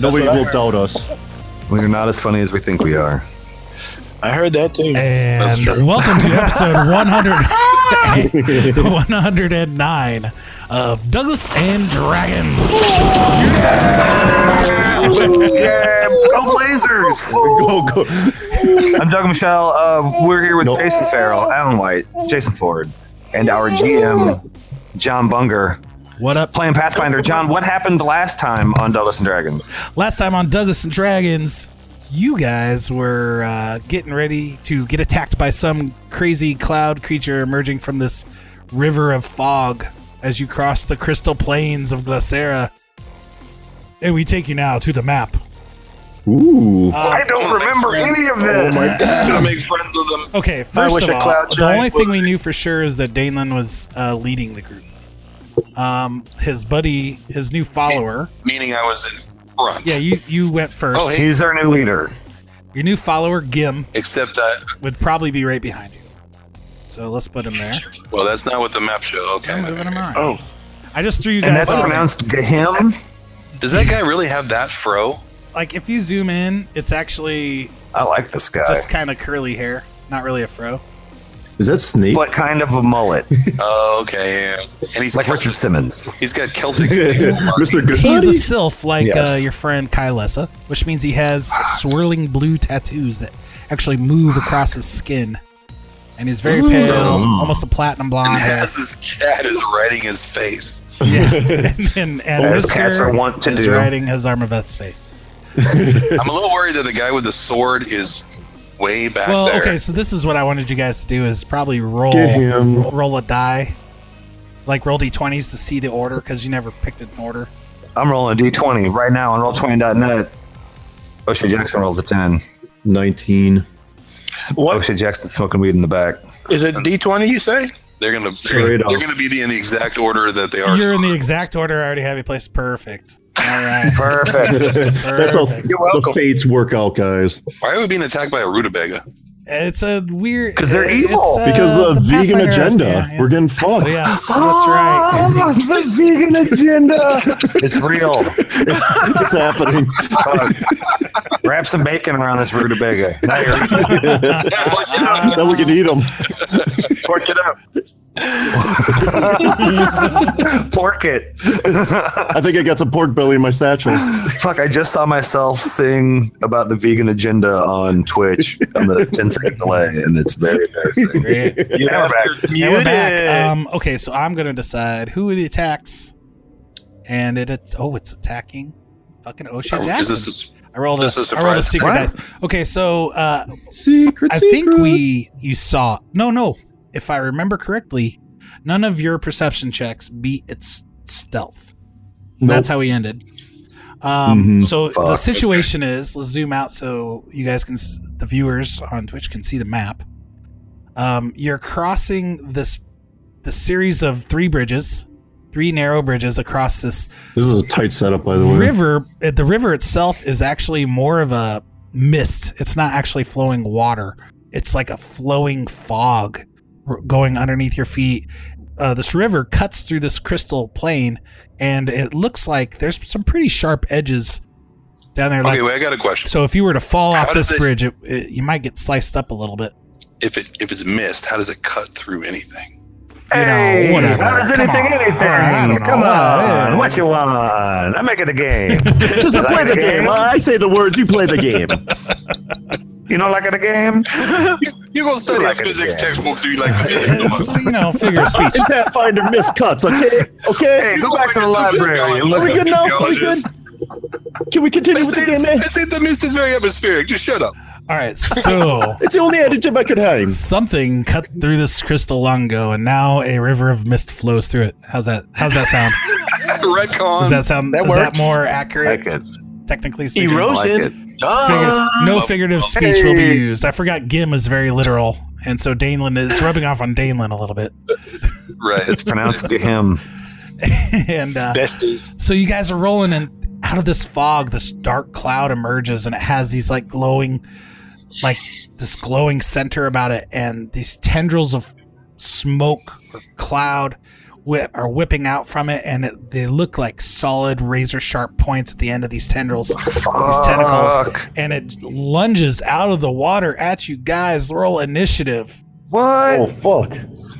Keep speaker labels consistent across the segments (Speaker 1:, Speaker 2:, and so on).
Speaker 1: Nobody will doubt us.
Speaker 2: We're not as funny as we think we are.
Speaker 3: I heard that too.
Speaker 4: And welcome to episode 100, 109 of Douglas and Dragons.
Speaker 2: yeah, go Blazers!
Speaker 1: Oh, Go, go.
Speaker 2: I'm Doug Michelle. Uh, we're here with
Speaker 1: Nope.
Speaker 2: Jason Farrell, Alan White, Jason Ford, and our GM, John Bunger,
Speaker 4: What up?
Speaker 2: playing Pathfinder. John, what happened last time on Douglas and Dragons?
Speaker 4: Last time on Douglas and Dragons, you guys were uh, getting ready to get attacked by some crazy cloud creature emerging from this river of fog as you cross the crystal plains of Glacera. And we take you now to the map.
Speaker 1: Ooh.
Speaker 4: Uh,
Speaker 2: I don't
Speaker 4: oh
Speaker 2: remember any of this.
Speaker 3: God.
Speaker 5: gonna make friends with them.
Speaker 4: Okay, first
Speaker 2: wish
Speaker 4: of
Speaker 2: a
Speaker 4: all,
Speaker 2: cloud
Speaker 4: the
Speaker 2: giant
Speaker 4: only thing we knew for sure is that Danelin was uh, leading the group. Um, his buddy, his new follower.
Speaker 5: Meaning I was in front.
Speaker 4: Yeah, you you went first.
Speaker 5: Oh, hey.
Speaker 2: He's our new leader.
Speaker 4: Your new follower Gim
Speaker 5: Except I.
Speaker 4: would probably be right behind you. So let's put him there.
Speaker 5: Well, that's not what the map show. Okay.
Speaker 4: I'm moving him on.
Speaker 2: Oh.
Speaker 4: I just threw you
Speaker 2: And
Speaker 4: guys
Speaker 2: that's
Speaker 4: off.
Speaker 2: pronounced Gahim.
Speaker 5: Does that guy really have that fro?
Speaker 4: Like if you zoom in, it's actually
Speaker 2: I like this guy.
Speaker 4: just kind of curly hair, not really a fro.
Speaker 1: Is that Snake?
Speaker 2: What kind of a mullet?
Speaker 5: Oh, okay. Yeah. And he's
Speaker 2: Like
Speaker 5: Celtic-
Speaker 2: Richard Simmons.
Speaker 5: He's got Celtic.
Speaker 1: Mr. Good.
Speaker 4: He's a sylph like uh,
Speaker 2: Yes.
Speaker 4: your friend Kylesa, which means he has swirling blue tattoos that actually move across his skin. And he's very pale, almost a platinum blonde.
Speaker 5: and
Speaker 4: hair.
Speaker 5: has his cat is writing his face.
Speaker 4: and and, and
Speaker 2: As cats
Speaker 4: Whisker
Speaker 2: are wont to
Speaker 4: is
Speaker 2: do.
Speaker 4: riding his Armavest face.
Speaker 5: I'm a little worried that the guy with the sword is way back
Speaker 4: Well,
Speaker 5: there.
Speaker 4: okay, so this is what I wanted you guys to do is probably roll
Speaker 1: Get him.
Speaker 4: roll a die. Like roll d20s to see the order because you never picked an order.
Speaker 2: I'm rolling a d20 right now on roll20.net. O'Shea Jackson rolls a 10.
Speaker 1: 19.
Speaker 2: O'Shea Jackson smoking weed in the back.
Speaker 3: Is it D twenty? You say?
Speaker 5: They're gonna they're
Speaker 1: Straight
Speaker 5: gonna,
Speaker 1: up.
Speaker 5: they're gonna be in the exact order that they are.
Speaker 4: You're in the exact order I already have you placed. Perfect. All right.
Speaker 2: Perfect.
Speaker 1: That's how
Speaker 4: Perfect.
Speaker 2: You're
Speaker 1: the
Speaker 2: welcome.
Speaker 1: fates work out, guys.
Speaker 4: Uh,
Speaker 5: Why are we being attacked by a rutabaga?
Speaker 4: It's a weird
Speaker 2: 'Cause they're
Speaker 4: it's,
Speaker 2: evil.
Speaker 4: uh,
Speaker 1: Because the, vegan
Speaker 4: Pathfinder
Speaker 1: agenda.
Speaker 4: has- yeah, yeah.
Speaker 1: We're getting fucked.
Speaker 4: yeah, that's right.
Speaker 2: the vegan agenda. It's real.
Speaker 1: it's happening.
Speaker 2: Fuck. Wrap some bacon around this rutabaga. Now you're
Speaker 1: then we can eat them.
Speaker 2: pork it up. pork it.
Speaker 1: I think I got some pork belly in my satchel.
Speaker 2: Fuck, I just saw myself sing about the vegan agenda on Twitch on the 10 second delay, and it's very embarrassing.
Speaker 4: Great.
Speaker 2: Yeah, we're back.
Speaker 4: And we're back. Um, okay, so I'm gonna decide who it attacks, and it at- oh, it's attacking fucking O'Shea
Speaker 5: Oh, is
Speaker 4: Jackson.
Speaker 5: this
Speaker 4: I rolled a,
Speaker 5: this is a
Speaker 4: I rolled a
Speaker 5: surprise?
Speaker 4: secret
Speaker 2: What?
Speaker 4: dice. Okay, so uh,
Speaker 1: Secret,
Speaker 4: I think we you saw no no if I remember correctly, none of your perception checks beat its stealth. And That's how we ended. Um,
Speaker 1: Mhm.
Speaker 4: So the
Speaker 2: Fuck.
Speaker 4: situation is let's zoom out so you guys can s- the viewers on Twitch can see the map. Um, you're crossing this the series of three bridges, three narrow bridges across this
Speaker 1: This is a tight setup, by the way.
Speaker 4: river uh, the river itself is actually more of a mist it's not actually flowing water it's like a flowing fog r- going underneath your feet uh, this river cuts through this crystal plain and it looks like there's some pretty sharp edges down there like
Speaker 5: okay, wait, I got a question.
Speaker 4: so if you were to fall
Speaker 5: How
Speaker 4: off
Speaker 5: does
Speaker 4: this
Speaker 5: it-
Speaker 4: bridge it, it, you might get sliced up a little bit
Speaker 5: If it if it's missed, how does it cut through anything?
Speaker 4: You know,
Speaker 2: Hey,
Speaker 4: whatever.
Speaker 2: how does
Speaker 4: Come
Speaker 2: anything
Speaker 4: on.
Speaker 2: anything?
Speaker 4: I don't know.
Speaker 2: Come on,
Speaker 4: Whatever.
Speaker 2: what you want? I'm making a game.
Speaker 1: Just
Speaker 2: Like
Speaker 1: play the
Speaker 2: the
Speaker 1: game.
Speaker 2: game.
Speaker 1: I say the words, you play the game.
Speaker 2: You don't like it a game?
Speaker 5: You gonna study
Speaker 2: Like
Speaker 5: a
Speaker 2: it
Speaker 5: physics
Speaker 2: again.
Speaker 5: textbook till you like the physics? no more.
Speaker 4: it's, you know figure of speech
Speaker 1: Pathfinder miscuts, okay? Okay?
Speaker 2: Hey, go back to the library. and
Speaker 1: Are
Speaker 2: Look
Speaker 1: we
Speaker 2: at
Speaker 1: good now? Are we good? Can we continue
Speaker 5: That's
Speaker 1: with the
Speaker 5: it,
Speaker 1: game, man?
Speaker 5: that's it. The mist is very atmospheric. Just shut up.
Speaker 4: All right, so
Speaker 1: It's the only adjective I could have.
Speaker 4: something cut through this crystal longo, and now a river of mist flows through it. How's that? How's that sound?
Speaker 5: Redcon.
Speaker 4: Does that sound?
Speaker 3: Um, That
Speaker 4: is
Speaker 3: works.
Speaker 4: that more
Speaker 2: I
Speaker 4: accurate?
Speaker 2: could
Speaker 4: Technically speaking,
Speaker 2: like
Speaker 3: Erosion.
Speaker 2: it.
Speaker 4: Figure-
Speaker 3: Duh.
Speaker 4: no figurative speech will be used. I forgot Gim is very literal, and so Danelin is rubbing off on Danelin a little bit.
Speaker 5: right.
Speaker 2: pronounce him.
Speaker 4: and uh,
Speaker 3: Besties.
Speaker 4: so you guys are rolling, and out of this fog, this dark cloud emerges, and it has these like glowing, like this glowing center about it, and these tendrils of smoke or cloud whip are whipping out from it, and it, they look like solid razor sharp points at the end of these tendrils, these tentacles,
Speaker 2: Fuck.
Speaker 4: and it lunges out of the water at you guys. Roll initiative.
Speaker 2: What?
Speaker 1: Oh fuck!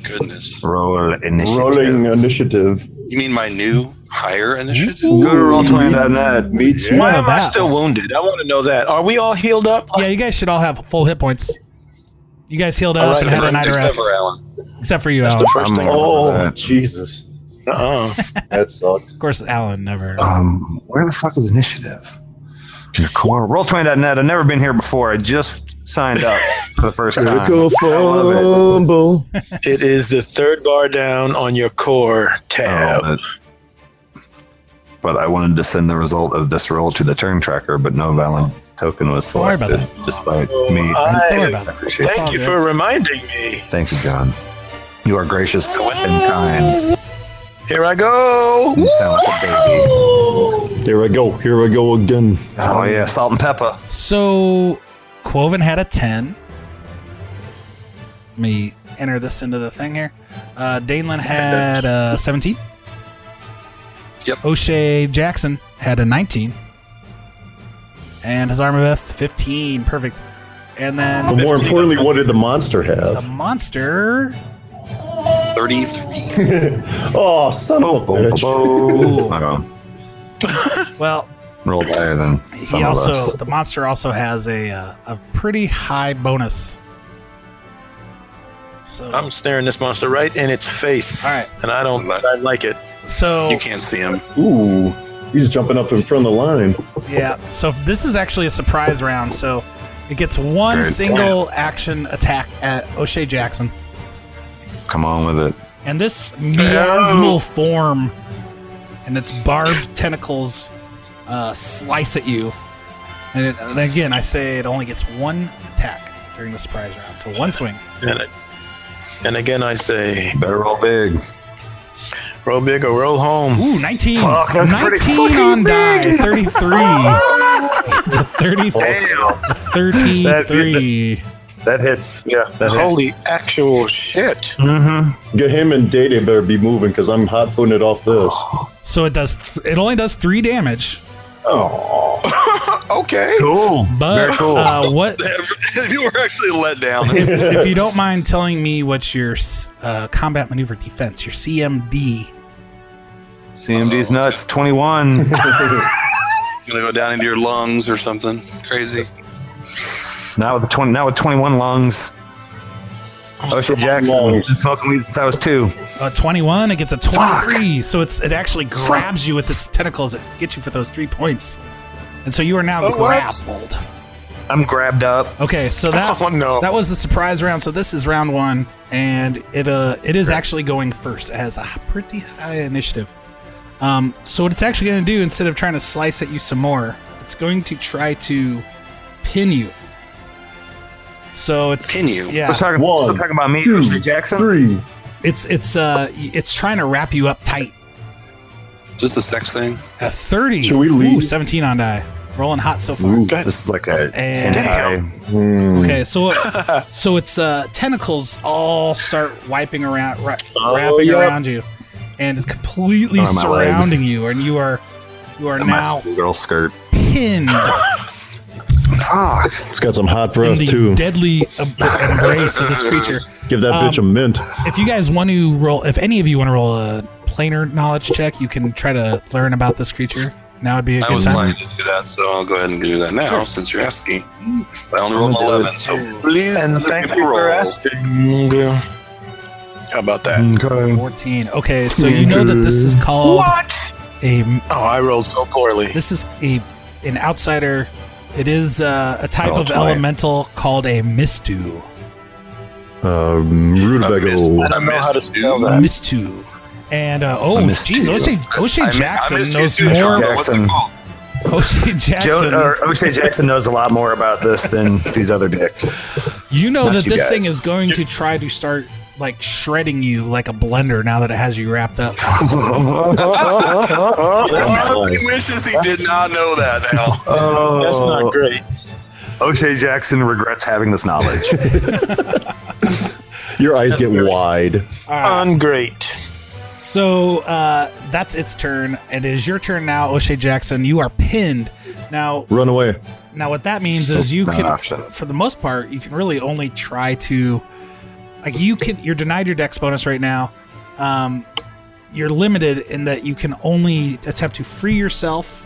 Speaker 5: Goodness.
Speaker 2: Roll initiative.
Speaker 1: Rolling initiative.
Speaker 5: You mean my new higher initiative?
Speaker 2: Go to roll twenty dot net.
Speaker 1: Me too.
Speaker 4: One
Speaker 3: Why
Speaker 4: of
Speaker 3: am I
Speaker 4: that
Speaker 3: still wounded? I want to know that. Are we all healed up?
Speaker 4: Yeah, you guys should all have full hit points. You guys healed up
Speaker 3: All right,
Speaker 4: and had a night of
Speaker 5: Except
Speaker 4: rest,
Speaker 5: for Alan.
Speaker 4: except for you,
Speaker 3: That's
Speaker 4: Alan.
Speaker 3: the first
Speaker 2: I'm
Speaker 3: thing.
Speaker 2: like-
Speaker 1: Oh Jesus,
Speaker 3: Uh-uh.
Speaker 1: that sucked.
Speaker 4: Of course, Alan never.
Speaker 2: Um, where the fuck is initiative? Your core. Roll twenty dot net. I've never been here before. I just signed up for the first time.
Speaker 1: Critical
Speaker 2: love
Speaker 1: fumble.
Speaker 3: It is the third bar down on your core tab.
Speaker 2: Oh, that- but I wanted to send the result of this roll to the turn tracker, but no valid token was
Speaker 4: Don't worry about
Speaker 2: selected, despite
Speaker 3: Oh,
Speaker 2: me.
Speaker 3: I-
Speaker 4: Don't worry about it.
Speaker 2: appreciate it.
Speaker 4: all
Speaker 3: Thank you
Speaker 4: good.
Speaker 3: for reminding me.
Speaker 2: Thank you, John. You are gracious and kind.
Speaker 3: Here I go.
Speaker 2: You sound like a baby.
Speaker 1: There I go. Here I go again.
Speaker 2: Oh yeah, salt and pepper.
Speaker 4: So, Quoven had a 10. Let me enter this into the thing here. Uh, Danelin had a 17.
Speaker 5: Yep.
Speaker 4: O'Shea Jackson had a 19. And his Hazarmaveth, 15. Perfect. And
Speaker 1: But
Speaker 3: Oh,
Speaker 4: then
Speaker 1: more importantly, what did the monster
Speaker 4: the
Speaker 1: have?
Speaker 4: monster
Speaker 5: 33.
Speaker 1: oh, son of a bitch!
Speaker 2: Boom. Oh,
Speaker 4: Well,
Speaker 2: rolled higher than some
Speaker 4: he
Speaker 2: of
Speaker 4: also
Speaker 2: us.
Speaker 4: the monster also has a uh, a pretty high bonus. So
Speaker 3: I'm staring this monster right in its face.
Speaker 4: All right.
Speaker 3: And I don't I like it.
Speaker 4: so
Speaker 5: You can't see him.
Speaker 1: oh. Ooh, he's jumping up in front of the line.
Speaker 4: yeah. So this is actually a surprise round. So it gets one
Speaker 2: Good
Speaker 4: single action attack at O'Shea Jackson,
Speaker 2: Come on with it.
Speaker 4: and this miasmal form and its barbed tentacles uh, slice at you. And, it, and again, I say it only gets one attack during the surprise round. So one swing.
Speaker 3: And, I, and again, I say,
Speaker 2: Better roll big.
Speaker 3: roll big or roll home.
Speaker 4: Ooh, 19.
Speaker 2: Fuck, that's
Speaker 4: 19
Speaker 2: pretty fucking
Speaker 4: on die.
Speaker 2: big.
Speaker 4: 33. it's a 30,
Speaker 3: Damn.
Speaker 4: 33.
Speaker 2: That hits.
Speaker 3: Yeah.
Speaker 2: That's-
Speaker 3: Holy actual shit.
Speaker 2: Mm-hmm.
Speaker 1: Him and Dede better be moving because I'm hot footing it off this.
Speaker 4: So it does, th- it only does three damage.
Speaker 3: okay.
Speaker 2: Cool.
Speaker 4: But
Speaker 2: Very cool.
Speaker 4: uh, what,
Speaker 5: if you were actually let down,
Speaker 4: if you don't mind telling me what's your s- uh, combat maneuver defense, your CMD,
Speaker 2: CMD's nuts. Twenty-one.
Speaker 5: you're gonna go down into your lungs or something crazy.
Speaker 2: Not with twenty. Not with twenty-one lungs. Osha Jackson.
Speaker 1: lungs.
Speaker 2: Been smoking weed since I was two.
Speaker 4: uh, 21, it gets a 23. So it's it actually grabs you with its tentacles that get you for those three points. And so you are now
Speaker 3: Oh, what?
Speaker 4: grappled.
Speaker 2: I'm grabbed up.
Speaker 4: Okay, so that
Speaker 3: Oh, no.
Speaker 4: That was the surprise round. So this is round one, and it uh it is actually going first. It has a h- pretty high initiative. Um, so what it's actually going to do instead of trying to slice at you some more, it's going to try to pin you. So it's
Speaker 5: Pin you?
Speaker 4: Yeah,
Speaker 2: We're talking.
Speaker 1: One,
Speaker 2: still talking about me,
Speaker 1: two,
Speaker 2: Osha Jackson.
Speaker 1: Three.
Speaker 4: it's it's uh y- it's trying to wrap you up tight.
Speaker 5: Is this a sex thing?
Speaker 4: A thirty.
Speaker 1: Should we
Speaker 4: Ooh,
Speaker 1: leave?
Speaker 4: Seventeen on die. Rolling hot so far.
Speaker 1: Ooh.
Speaker 2: This is like a
Speaker 4: And-
Speaker 2: hentai.
Speaker 4: Okay, so so its uh, tentacles all start wiping around, ra-
Speaker 3: Oh,
Speaker 4: wrapping
Speaker 3: yeah.
Speaker 4: around you, and it's completely
Speaker 2: Throw my
Speaker 4: surrounding
Speaker 2: legs.
Speaker 4: you, and you are you are now
Speaker 2: girl skirt.
Speaker 4: pinned
Speaker 2: Fuck.
Speaker 1: It's got some hot
Speaker 4: in
Speaker 1: breath
Speaker 4: the
Speaker 1: too.
Speaker 4: deadly ab- embrace of this creature.
Speaker 1: Give that bitch a
Speaker 4: um,
Speaker 1: mint.
Speaker 4: If you guys want to roll, if any of you want to roll a planar knowledge check, you can try to learn about this creature. Now would be a
Speaker 5: I
Speaker 4: good
Speaker 5: was
Speaker 4: time.
Speaker 5: planning to do that, so I'll go ahead and do that now since you're asking.
Speaker 1: Mm.
Speaker 5: But I only rolled an
Speaker 1: do it.
Speaker 5: 11, so please
Speaker 3: And
Speaker 5: let
Speaker 3: thank
Speaker 5: me
Speaker 3: you for
Speaker 5: roll.
Speaker 3: asking. How about that?
Speaker 2: Okay.
Speaker 4: Fourteen. Okay, so you know that this is called
Speaker 3: What?
Speaker 4: a
Speaker 3: Oh, I rolled so poorly.
Speaker 4: This is a an outsider It is uh, a type
Speaker 2: I'll
Speaker 4: of
Speaker 2: try it.
Speaker 4: elemental called a mistu.
Speaker 1: Um,
Speaker 5: I
Speaker 2: oh.
Speaker 1: Rutabago.
Speaker 5: don't know how to spell
Speaker 4: Mistu. And uh, oh, jeez, O'Shea, O'Shea Jackson knows more.
Speaker 2: Jack-
Speaker 5: What's it called?
Speaker 4: O'Shea Jackson,
Speaker 2: Joe, uh, or O'Shea Jackson knows a lot more about this than these other dicks.
Speaker 4: you know
Speaker 2: not
Speaker 4: that
Speaker 2: you
Speaker 4: this
Speaker 2: guys.
Speaker 4: thing is going to try to start like shredding you like a blender now that it has you wrapped up.
Speaker 5: He wishes he did not know that now.
Speaker 2: Oh,
Speaker 3: That's not great.
Speaker 2: O'Shea Jackson regrets having this knowledge.
Speaker 1: Your eyes get wide.
Speaker 4: All right.
Speaker 3: Ungreat.
Speaker 4: So uh, that's its turn. It is your turn now, O'Shea Jackson. You are pinned. Now,
Speaker 1: Run away.
Speaker 4: now what that means is you
Speaker 2: Not an
Speaker 4: can,
Speaker 2: option.
Speaker 4: for the most part, you can really only try to, like, you can. You're denied your dex bonus right now. Um, you're limited in that you can only attempt to free yourself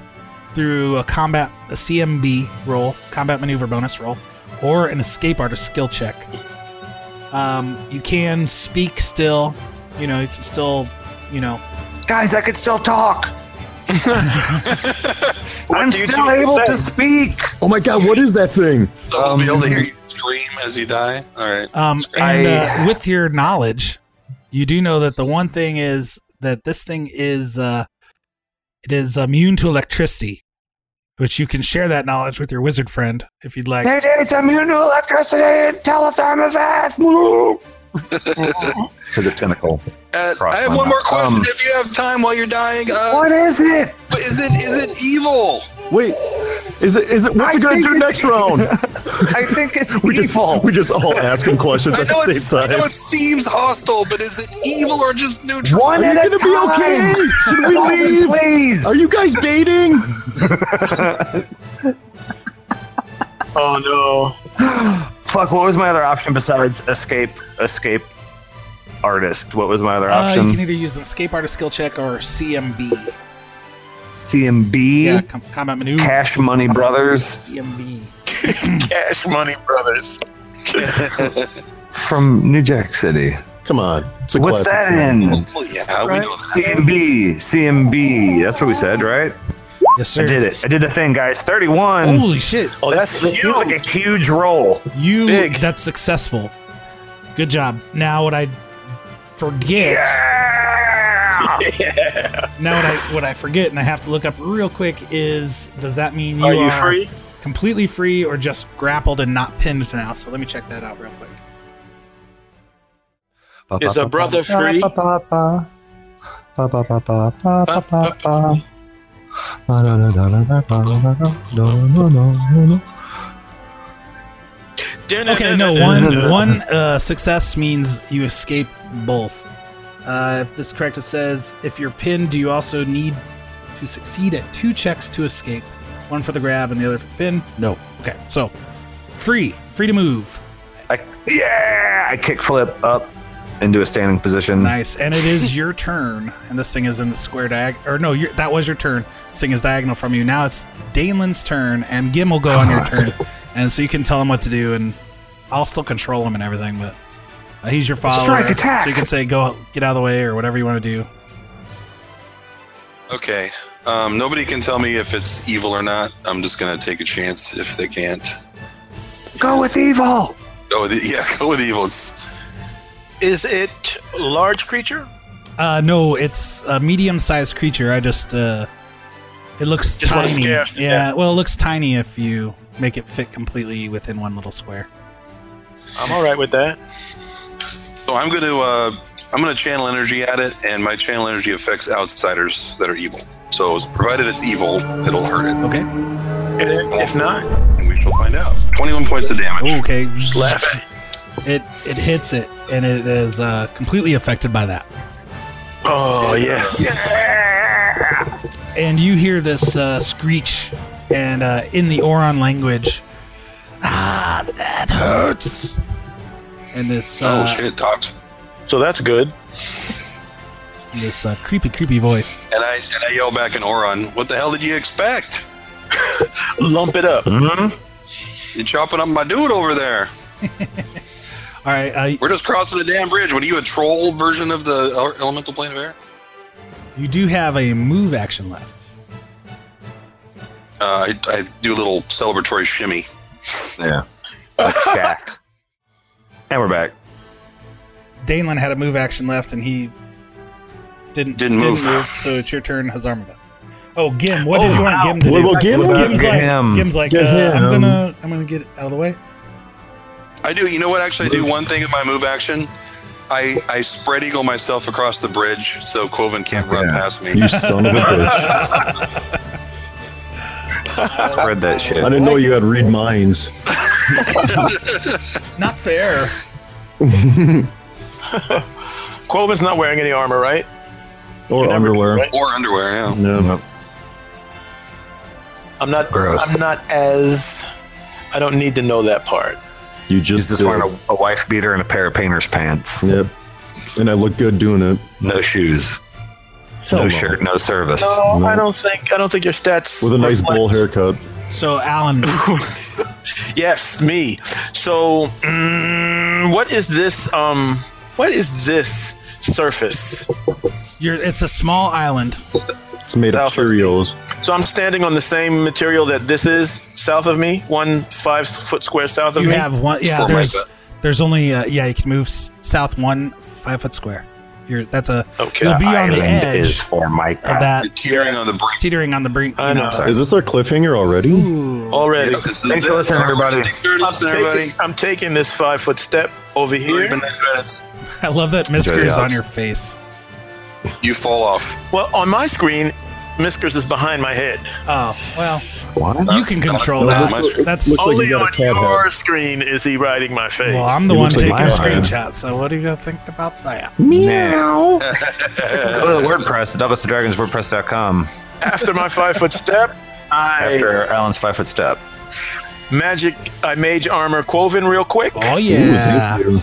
Speaker 4: through a combat, a CMB roll, combat maneuver bonus roll, or an escape artist skill check. Um, you can speak still. You know, you can still, you know,
Speaker 2: Guys, I can still talk. I'm
Speaker 3: do you
Speaker 2: still
Speaker 3: do
Speaker 2: able to
Speaker 3: then?
Speaker 2: speak.
Speaker 1: Oh my god, what is that thing?
Speaker 5: So I'll be able to hear you scream as you die. All right.
Speaker 4: Um,
Speaker 5: That's great.
Speaker 4: and
Speaker 2: I-
Speaker 4: uh, with your knowledge, you do know that the one thing is that this thing is uh, it is immune to electricity, which you can share that knowledge with your wizard friend if you'd like.
Speaker 2: It- It's immune to electricity and tell us I'm a vast. Because a tentacle.
Speaker 5: Uh,
Speaker 2: Cross
Speaker 5: I have
Speaker 2: my
Speaker 5: one more
Speaker 2: mouth.
Speaker 5: question.
Speaker 2: Um,
Speaker 5: if you have time while you're dying, uh,
Speaker 2: What is it?
Speaker 5: but is it is it evil?
Speaker 1: Wait, is it? Is it? What's
Speaker 2: I
Speaker 1: it gonna
Speaker 2: think
Speaker 1: do
Speaker 2: it's-
Speaker 1: next round?
Speaker 2: I think it's
Speaker 1: We just
Speaker 2: evil.
Speaker 1: we just all ask him questions
Speaker 5: I
Speaker 1: at
Speaker 5: know,
Speaker 1: the
Speaker 5: it's, I
Speaker 1: same
Speaker 5: know
Speaker 1: time.
Speaker 5: it seems hostile, but is it evil or just neutral?
Speaker 2: One
Speaker 1: Are
Speaker 2: at
Speaker 1: you
Speaker 2: a
Speaker 1: gonna be okay?
Speaker 2: time.
Speaker 1: Should we leave?
Speaker 2: Please.
Speaker 1: Are you guys dating?
Speaker 3: Oh no.
Speaker 2: Fuck. What was my other option besides escape? Escape artist. What was my other
Speaker 4: Uh, you
Speaker 2: option?
Speaker 4: can either use an escape artist skill check or CMB.
Speaker 2: CMB.
Speaker 4: Yeah, com- combat maneuver.
Speaker 2: Cash Money Brothers
Speaker 4: CMB.
Speaker 5: Cash Money Brothers.
Speaker 2: from New Jack City.
Speaker 1: Come on. It's a
Speaker 2: What's
Speaker 1: classic
Speaker 2: that in?
Speaker 5: Well, yeah, we know that.
Speaker 2: CMB. CMB. That's what we said, right?
Speaker 4: Yes, sir.
Speaker 2: I did it. I did the thing, guys. 31.
Speaker 4: Holy shit!
Speaker 2: Oh, that's that seems like a huge roll.
Speaker 4: You
Speaker 2: Big.
Speaker 4: that's successful. Good job. Now what I forget. Now what I what I forget and I have to look up real quick is does that mean you
Speaker 3: Are you free?
Speaker 4: completely free or just grappled and not pinned now? So let me check that out real quick.
Speaker 3: Is a brother free?
Speaker 4: Okay, no one one uh, success means you escape both. Uh, if this is correct, it says if you're pinned, do you also need to succeed at two checks to escape? One for the grab and the other for the pin. No. Okay, so free, free to move.
Speaker 2: I, yeah, I kickflip up into a standing position.
Speaker 4: Nice, and it is your turn, and this thing is in the square diag. Or no, you that was your turn. This thing is diagonal from you. Now it's Danelin's turn, and Gim will go on your turn, and so you can tell him what to do, and I'll still control him and everything. But uh, he's your follower,
Speaker 2: Strike attack!
Speaker 4: so you can say go get out of the way or whatever you want to do.
Speaker 5: Okay. Um, nobody can tell me if it's evil or not. I'm just gonna take a chance if they can't.
Speaker 2: Go with evil.
Speaker 5: Go with yeah, go with evil. It's,
Speaker 3: Is it large creature?
Speaker 4: Uh, no, it's a medium-sized creature. I just uh, it looks
Speaker 3: Just wanna
Speaker 4: tiny.
Speaker 3: scare it to
Speaker 4: yeah, well, it looks tiny if you make it fit completely within one little square.
Speaker 3: I'm all right with that.
Speaker 5: so I'm gonna uh, I'm gonna channel energy at it, and my channel energy affects outsiders that are evil. So it's- provided it's evil, it'll hurt it.
Speaker 4: Okay.
Speaker 3: If not,
Speaker 5: And we shall find out. 21 points of damage.
Speaker 4: Okay.
Speaker 3: left.
Speaker 4: It it hits it, and it is uh, completely affected by that.
Speaker 3: Oh yes.
Speaker 4: And you hear this uh, screech, and uh, in the Oron language, ah, that hurts. And this
Speaker 5: Oh
Speaker 4: uh,
Speaker 5: shit, dogs.
Speaker 3: So that's good.
Speaker 4: this uh, creepy, creepy voice.
Speaker 5: And I and I yell back in Oron, "What the hell did you expect?
Speaker 3: Lump it up.
Speaker 2: Mm-hmm.
Speaker 5: You're chopping up my dude over there.
Speaker 4: All right, uh,
Speaker 5: We're just crossing the damn bridge. What are you, a troll version of the el- elemental plane of air?
Speaker 4: you do have a move action left.
Speaker 5: Uh, I, I do a little celebratory shimmy.
Speaker 2: Yeah. Like Shaq. and we're back.
Speaker 4: Danelin had a move action left, and he didn't
Speaker 5: Didn't move.
Speaker 4: so it's your turn, Hazarmaveth. Oh, Gim, what did you want Gim to
Speaker 1: Well,
Speaker 4: do?
Speaker 1: well, Gim-
Speaker 2: What about
Speaker 4: Gim's like,
Speaker 2: Gim?
Speaker 4: Gim's like,
Speaker 1: Get
Speaker 4: uh, I'm
Speaker 1: him.
Speaker 4: gonna, I'm gonna get out of the way.
Speaker 5: I do. You know what? Actually, I do one thing in my move action. I, I spread eagle myself across the bridge so Quoven can't run
Speaker 2: Yeah.
Speaker 5: past me.
Speaker 1: You son of a bitch.
Speaker 2: Spread that shit.
Speaker 1: I didn't know you had read minds.
Speaker 4: Not fair.
Speaker 3: Quoven's not wearing any armor, right?
Speaker 1: Or underwear.
Speaker 3: right?
Speaker 5: Or underwear, yeah.
Speaker 1: No.
Speaker 3: I'm not.
Speaker 2: Gross.
Speaker 3: I'm not as. I don't need to know that part.
Speaker 1: You
Speaker 2: He's
Speaker 1: just,
Speaker 2: just
Speaker 1: do
Speaker 2: wearing
Speaker 1: it.
Speaker 2: a, a wife beater and a pair of painter's pants.
Speaker 1: Yep. And I look good doing it. Oh,
Speaker 2: No shoes.
Speaker 1: Hell
Speaker 2: no
Speaker 1: no.
Speaker 2: shirt. No service.
Speaker 3: No,
Speaker 1: No.
Speaker 3: I don't think. I don't think your stats.
Speaker 1: Mm. With a nice
Speaker 3: reflect-
Speaker 1: bowl haircut.
Speaker 4: So Alan,
Speaker 3: Yes, me. So, mm, what is this? Um, what is this surface?
Speaker 4: you're, it's a small island.
Speaker 1: It's made of
Speaker 3: Alfred.
Speaker 1: Cheerios.
Speaker 3: So I'm standing on the same material that this is south of me, one five foot square south of
Speaker 4: You
Speaker 3: me.
Speaker 4: have one. Yeah,
Speaker 5: Four by
Speaker 4: there's,
Speaker 5: that.
Speaker 4: there's only, uh, yeah, you can move s- south one five foot square. You're, that's a,
Speaker 3: Okay.
Speaker 4: you'll be on the
Speaker 2: Island
Speaker 4: edge
Speaker 2: is for Mike.
Speaker 4: of that,
Speaker 5: You're tearing on the brink.
Speaker 4: teetering on the brink.
Speaker 3: I
Speaker 4: you
Speaker 3: know.
Speaker 1: Is this our cliffhanger already?
Speaker 4: Ooh.
Speaker 3: already.
Speaker 5: Yeah, this is-
Speaker 2: Thanks for listening, everybody.
Speaker 5: Thanks for
Speaker 3: I'm
Speaker 5: listening, everybody.
Speaker 3: taking, I'm taking this five foot step over
Speaker 5: Three
Speaker 3: here.
Speaker 5: minute credits.
Speaker 4: I love that Misker
Speaker 2: Yeah,
Speaker 4: is
Speaker 2: yeah.
Speaker 4: on your face.
Speaker 5: You fall off.
Speaker 3: Well, on my screen, Miskers is behind my head.
Speaker 4: Oh, well,
Speaker 2: What?
Speaker 4: you can control
Speaker 5: No,
Speaker 4: that.
Speaker 5: that's what-
Speaker 4: That's
Speaker 1: looks like
Speaker 3: Only
Speaker 1: you got a
Speaker 3: on
Speaker 1: cat hat.
Speaker 3: your screen is he riding my face.
Speaker 4: Well, I'm the
Speaker 1: It
Speaker 4: one
Speaker 1: looks like
Speaker 4: taking
Speaker 2: my phone.
Speaker 4: screenshots, so what do you think about that?
Speaker 2: Meow. Go to the WordPress, Douglas the Dragons WordPress.com.
Speaker 3: After my five foot step, I
Speaker 2: After Alan's five foot step.
Speaker 3: magic, I mage armor Quoven real quick.
Speaker 4: Oh
Speaker 1: Ooh,
Speaker 4: yeah,
Speaker 1: thank you.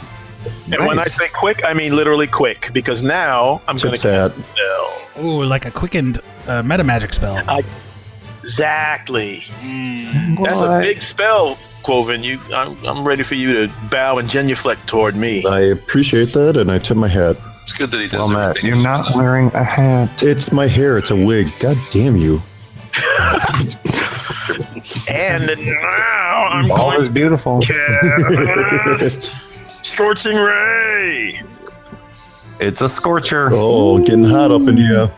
Speaker 3: And when I
Speaker 2: Nice.
Speaker 3: say quick, I mean literally quick, because now I'm going
Speaker 1: Tits
Speaker 3: to
Speaker 1: hat.
Speaker 3: spell.
Speaker 4: ooh, like a quickened uh, meta magic spell.
Speaker 3: Exactly. That's a big spell, Quoven. You, I'm, I'm ready for you to bow and genuflect toward me.
Speaker 1: I appreciate that, and I tip my hat.
Speaker 5: It's good that he does
Speaker 2: Well, Matt,
Speaker 5: everything.
Speaker 2: you're not wearing a hat.
Speaker 1: It's my hair. It's a wig. God damn you.
Speaker 3: And now I'm
Speaker 2: All
Speaker 3: going
Speaker 2: is beautiful.
Speaker 3: to cast Scorching Ray.
Speaker 2: It's a scorcher.
Speaker 1: Oh, getting hot up in here.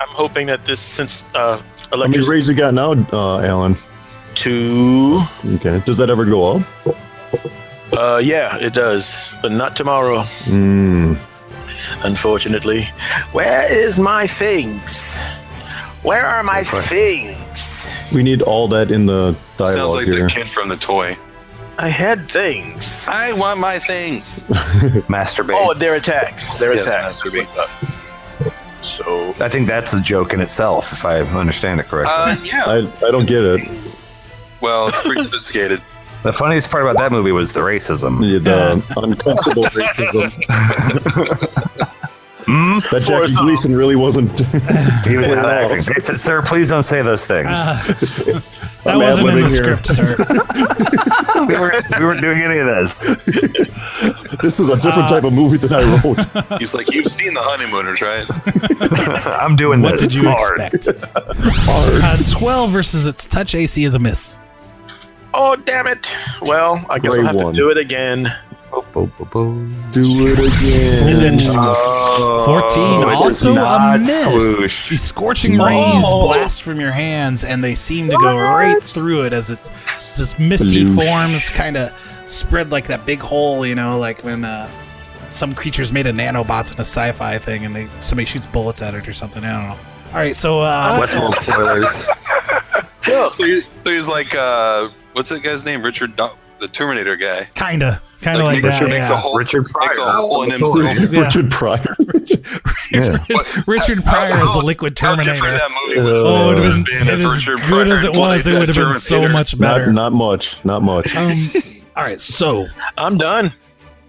Speaker 3: I'm hoping that this, since uh,
Speaker 1: How many
Speaker 3: electric
Speaker 1: rays you got now, uh, Alan?
Speaker 3: two,
Speaker 1: Okay. Does that ever go up?
Speaker 3: uh, yeah, it does, but not tomorrow,
Speaker 1: Mm.
Speaker 3: unfortunately. Where is my things? Where are my things?
Speaker 1: We need all that in the
Speaker 5: Sounds
Speaker 1: dialogue
Speaker 5: like
Speaker 1: here.
Speaker 5: the kid from the toy.
Speaker 3: I had things.
Speaker 5: I want my things.
Speaker 2: Masturbate.
Speaker 3: Oh, their attacks. Their
Speaker 5: Yes,
Speaker 3: attacks.
Speaker 5: masturbate.
Speaker 3: So
Speaker 2: I think that's a joke in itself, if I understand it correctly.
Speaker 5: Uh, yeah.
Speaker 1: I, I don't get it.
Speaker 5: Well, it's pretty sophisticated.
Speaker 2: the funniest part about that movie was the racism.
Speaker 1: The, the uncomfortable racism.
Speaker 2: Hmm?
Speaker 1: That
Speaker 3: For
Speaker 1: Jackie
Speaker 3: some.
Speaker 1: Gleason really wasn't.
Speaker 2: He was
Speaker 1: Wow.
Speaker 2: not acting. They said, "Sir, please don't say those things.
Speaker 4: Uh, that
Speaker 1: I'm
Speaker 4: wasn't in the
Speaker 1: ad-libbing here.
Speaker 4: script, sir.
Speaker 2: we, weren't, we weren't doing any of this."
Speaker 1: this is a different type of movie than I wrote.
Speaker 5: He's like, you've seen the honeymooners, right?
Speaker 2: I'm doing
Speaker 4: What
Speaker 2: this
Speaker 4: did you
Speaker 2: hard.
Speaker 4: expect? Uh, Twelve versus its touch AC is a miss.
Speaker 3: Oh, damn it. Well, I guess
Speaker 1: Gray
Speaker 3: I'll have
Speaker 1: one.
Speaker 3: to do it again.
Speaker 1: Do it again.
Speaker 3: Uh,
Speaker 4: Fourteen,
Speaker 2: it does
Speaker 4: also a
Speaker 2: not
Speaker 4: miss.
Speaker 2: swoosh.
Speaker 4: The scorching rays blast from your hands, and they seem to go right through it as it's this misty
Speaker 1: Bloosh.
Speaker 4: forms kind of spread like that big hole, you know, like when uh, some creatures made of nanobots in a sci-fi thing, and they somebody shoots bullets at it or something. I don't know. All right, so
Speaker 1: Ah,
Speaker 4: uh,
Speaker 2: Westworld spoilers.
Speaker 5: so he- so he's like, uh, what's that guy's name? Richard, Do- the Terminator guy.
Speaker 4: kinda, kinda like,
Speaker 5: Like,
Speaker 4: that.
Speaker 5: Richard makes a
Speaker 4: yeah.
Speaker 5: hole.
Speaker 2: Richard
Speaker 5: makes a
Speaker 2: Pryor.
Speaker 5: hole in
Speaker 2: Oh,
Speaker 5: himself.
Speaker 4: Yeah.
Speaker 1: Richard Pryor.
Speaker 2: Yeah.
Speaker 4: Richard Pryor is the Liquid
Speaker 5: How different
Speaker 4: Terminator.
Speaker 5: that movie
Speaker 2: Uh,
Speaker 5: was.
Speaker 1: Uh,
Speaker 4: Oh, it would have
Speaker 5: Being
Speaker 4: been it
Speaker 5: that
Speaker 4: is
Speaker 5: Richard
Speaker 4: good as
Speaker 5: Pryor
Speaker 4: it was.
Speaker 5: played
Speaker 4: It
Speaker 5: that
Speaker 4: would have been so
Speaker 5: Terminator.
Speaker 4: much
Speaker 1: Not,
Speaker 4: better.
Speaker 1: not much. Not much.
Speaker 4: Um, all right, so
Speaker 3: I'm done.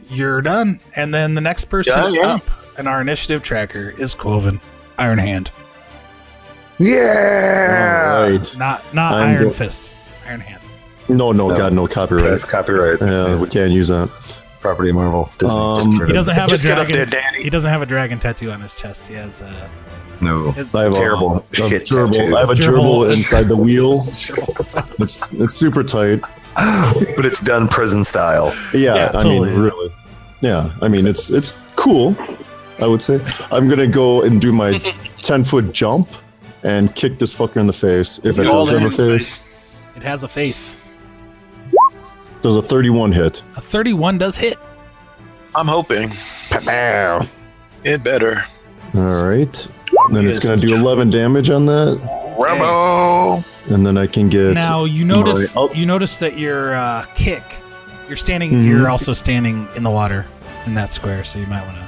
Speaker 4: you're done. And then the next person
Speaker 3: Yeah, yeah.
Speaker 4: up in our initiative tracker is Quoven. Iron Hand.
Speaker 3: Oh,
Speaker 2: Yeah.
Speaker 1: All right.
Speaker 4: Not not
Speaker 1: I'm
Speaker 4: Iron
Speaker 1: go-
Speaker 4: Fist. Iron Hand.
Speaker 1: No, no,
Speaker 2: No.
Speaker 1: God, no copyright.
Speaker 2: That's copyright.
Speaker 1: Yeah, we can't use that.
Speaker 2: property of Marvel. Disney.
Speaker 1: Um,
Speaker 2: Just get rid
Speaker 4: He
Speaker 2: of
Speaker 4: doesn't have a
Speaker 3: Just get up there,
Speaker 4: dragon. He
Speaker 3: Danny.
Speaker 4: doesn't have a dragon tattoo on his chest. He has a
Speaker 2: it. No.
Speaker 4: his
Speaker 1: I have
Speaker 2: Terrible
Speaker 1: A, a
Speaker 2: shit
Speaker 1: gerbil.
Speaker 2: tattoos.
Speaker 1: I have a
Speaker 4: Gerbil.
Speaker 1: gerbil, inside the wheel.
Speaker 4: gerbil.
Speaker 1: It's it's super tight.
Speaker 2: but it's done prison style.
Speaker 1: Yeah,
Speaker 4: Yeah,
Speaker 1: I
Speaker 4: totally.
Speaker 1: mean, really. Yeah, I mean, it's it's cool. I would say I'm gonna go and do my ten foot jump and kick this fucker in the face if it
Speaker 3: You all
Speaker 1: does have
Speaker 3: in
Speaker 1: a
Speaker 3: the
Speaker 1: face.
Speaker 4: It has a face.
Speaker 1: Does a 31 hit?
Speaker 4: A 31 does hit.
Speaker 3: I'm hoping. It better.
Speaker 1: All right. Then it's gonna do 11 damage on that,
Speaker 3: Rambo.
Speaker 1: and then I can get.
Speaker 4: Now you notice
Speaker 1: Right up.
Speaker 4: you notice that your uh, kick, you're standing.
Speaker 1: Mhm.
Speaker 4: You're also standing in the water in that square, so you might want to.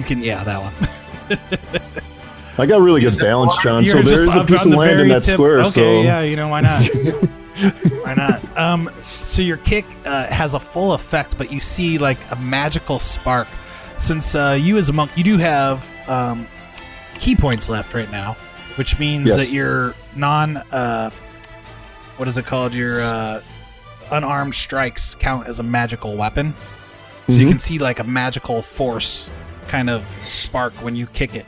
Speaker 4: You can, yeah, that one.
Speaker 1: I got really good balance, John. So
Speaker 4: You're
Speaker 1: there
Speaker 4: just
Speaker 1: is a
Speaker 4: up
Speaker 1: piece
Speaker 4: on
Speaker 1: of
Speaker 4: the
Speaker 1: land in
Speaker 4: very
Speaker 1: that
Speaker 4: tip-
Speaker 1: square.
Speaker 4: Okay,
Speaker 1: so
Speaker 4: yeah, you know why not? why not? Um, so your kick uh, has a full effect, but you see like a magical spark. Since uh, you as a monk, you do have um, key points left right now, which means
Speaker 1: Yes.
Speaker 4: that your non uh, what is it called? Your uh, unarmed strikes count as a magical weapon. So you
Speaker 1: Mhm.
Speaker 4: can see like a magical force kind of spark when you kick it.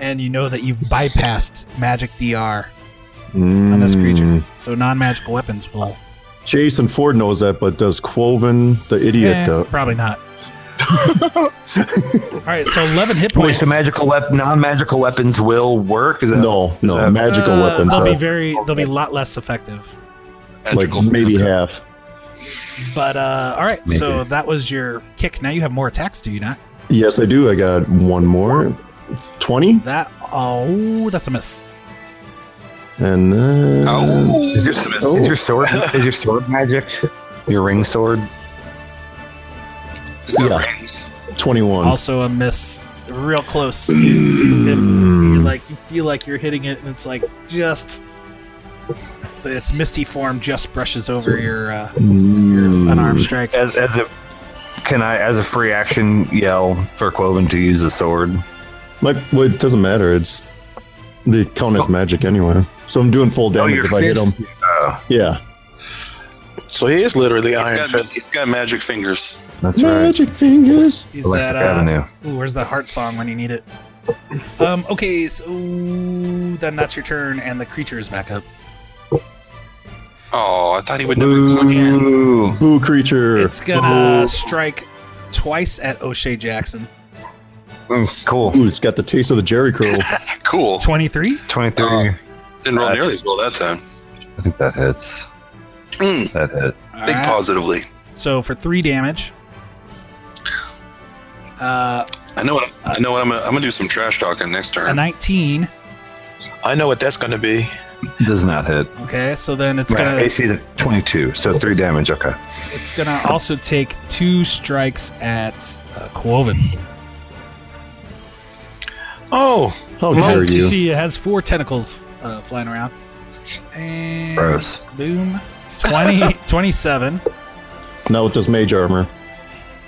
Speaker 4: And you know that you've bypassed magic DR on this creature.
Speaker 1: Mm.
Speaker 4: So non magical weapons will.
Speaker 1: Jason Ford knows that, but does Quoven the idiot? uh,
Speaker 4: Eh,
Speaker 1: though?
Speaker 4: probably not. All right, so 11 hit
Speaker 2: Wait,
Speaker 4: points.
Speaker 2: so magical wep- non-magical weapons will work? Is that
Speaker 1: no, no,
Speaker 2: that-
Speaker 1: magical
Speaker 4: Uh,
Speaker 1: weapons.
Speaker 4: They'll
Speaker 1: uh,
Speaker 4: be very, they'll be a lot less effective.
Speaker 1: like
Speaker 5: Magical
Speaker 1: maybe
Speaker 5: fist.
Speaker 1: half.
Speaker 4: But uh, all right, so
Speaker 2: Maybe.
Speaker 4: that was your kick. Now you have more attacks, do you not?
Speaker 1: Yes, I do. I got one more. 20?
Speaker 4: That oh, that's a miss.
Speaker 1: And then.
Speaker 5: Ow.
Speaker 2: Is your,
Speaker 5: Just a miss.
Speaker 4: Oh.
Speaker 2: is your sword is your sword magic? Your ring sword?
Speaker 5: It's got
Speaker 1: Yeah.
Speaker 5: rings.
Speaker 1: 21.
Speaker 4: Also a miss. Real close. You, you hit- you like you feel like you're hitting it, and it's like just its misty form just brushes over your uh,
Speaker 1: Mm.
Speaker 4: unarmed strike.
Speaker 2: As as a can I as a free action yell for Quoven to use the sword?
Speaker 1: Like, well, it doesn't matter. It's they count as magic anyway. So I'm doing full
Speaker 4: Oh,
Speaker 1: damage if I hit them.
Speaker 2: Uh,
Speaker 1: Yeah,
Speaker 3: So he is literally Iron
Speaker 5: He's got,
Speaker 3: Fist.
Speaker 5: he's got magic fingers.
Speaker 2: that's right.
Speaker 1: magic fingers.
Speaker 4: Is
Speaker 2: Electric
Speaker 4: that uh,
Speaker 2: Avenue.
Speaker 4: ooh, where's the heart song when you need it? Um. Okay. So then that's your turn, and the creature is back up.
Speaker 5: Oh, I thought he would never go again.
Speaker 2: Ooh.
Speaker 1: Boo creature.
Speaker 4: It's gonna strike twice at O'Shea Jackson.
Speaker 2: Mm, Cool.
Speaker 1: Ooh, it's got the taste of the Jerry curl.
Speaker 5: Cool.
Speaker 4: Twenty-three.
Speaker 2: Twenty three.
Speaker 5: Uh, Didn't roll
Speaker 2: Uh,
Speaker 5: nearly as well that time.
Speaker 2: I think that hits.
Speaker 5: Mm,
Speaker 2: That hit.
Speaker 5: big positively.
Speaker 4: So for three damage. Uh,
Speaker 5: I know what I know what I'm gonna, I'm gonna do some trash talking next
Speaker 4: a
Speaker 5: turn.
Speaker 4: 19.
Speaker 3: I know what that's going to be.
Speaker 2: Does not hit.
Speaker 4: Okay, so then it's
Speaker 2: Right,
Speaker 4: gonna
Speaker 2: AC is at twenty two, so three damage. Okay.
Speaker 4: it's gonna also take two strikes at uh, Quoven.
Speaker 3: Oh,
Speaker 1: How
Speaker 3: Well,
Speaker 1: dare
Speaker 4: you
Speaker 1: you?
Speaker 4: see, it has four tentacles uh, flying around. And
Speaker 2: Gross.
Speaker 4: boom, 20, 27.
Speaker 1: Now with this mage armor.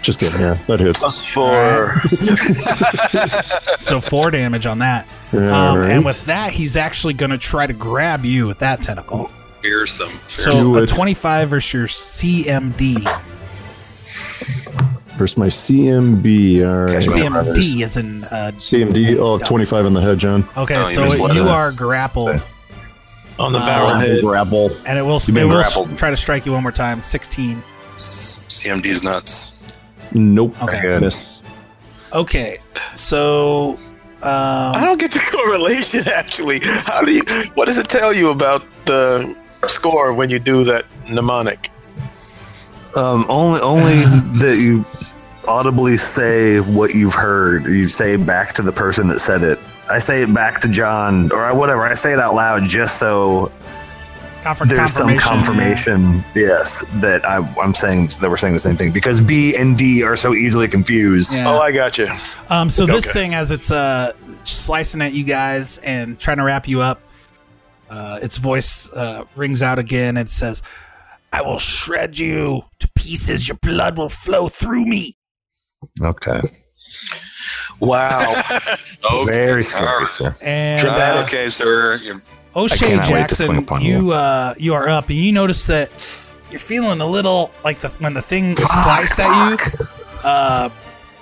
Speaker 1: Just kidding. Yeah, that hits.
Speaker 3: plus four.
Speaker 4: So four damage on that.
Speaker 1: Yeah,
Speaker 4: Um,
Speaker 1: right.
Speaker 4: And with that, he's actually gonna try to grab you with that tentacle.
Speaker 5: Fearsome.
Speaker 4: So
Speaker 1: Do
Speaker 4: a
Speaker 1: it.
Speaker 4: 25 versus your CMD.
Speaker 1: Versus my CMB. All right.
Speaker 2: Yes, ma'am.
Speaker 4: CMD is in uh,
Speaker 1: CMD. Oh, 25 in the head, John.
Speaker 4: Okay,
Speaker 5: No, you
Speaker 4: so
Speaker 5: missed one.
Speaker 4: you are grappled,
Speaker 3: On the
Speaker 4: Uh,
Speaker 3: barrel head.
Speaker 1: Grapple.
Speaker 4: and it will, it
Speaker 2: been
Speaker 4: will
Speaker 2: grappled.
Speaker 4: try to strike you one more time. 16.
Speaker 5: CMD's nuts.
Speaker 1: Nope.
Speaker 4: Okay.
Speaker 2: Very good.
Speaker 1: Miss.
Speaker 4: Okay, so.
Speaker 3: I
Speaker 4: Um,
Speaker 3: don't get the correlation actually. How do you? What does it tell you about the score when you do that mnemonic?
Speaker 2: Um, only only that you audibly say what you've heard. You say back to the person that said it. I say it back to John or I, whatever. I say it out loud just so
Speaker 4: confer-
Speaker 2: there's some confirmation. Yes, that I, I'm saying that we're saying the same thing because B and D are so easily confused.
Speaker 4: yeah.
Speaker 3: Oh, I got you.
Speaker 4: Um, so this
Speaker 3: Okay.
Speaker 4: thing, as it's uh, slicing at you guys and trying to wrap you up, uh, its voice uh, rings out again and says, "I will shred you to pieces. Your blood will flow through me."
Speaker 2: Okay.
Speaker 3: Wow.
Speaker 5: Okay.
Speaker 2: Very
Speaker 5: all
Speaker 2: scary.
Speaker 5: right.
Speaker 2: sir.
Speaker 4: And
Speaker 5: Try
Speaker 4: uh,
Speaker 5: that. Okay, sir. You're-
Speaker 4: O'Shea
Speaker 2: cannot wait to swing
Speaker 4: Jackson,
Speaker 2: upon
Speaker 4: you uh, you are up, and you notice that you're feeling a little like the, when the thing sliced at you. Uh,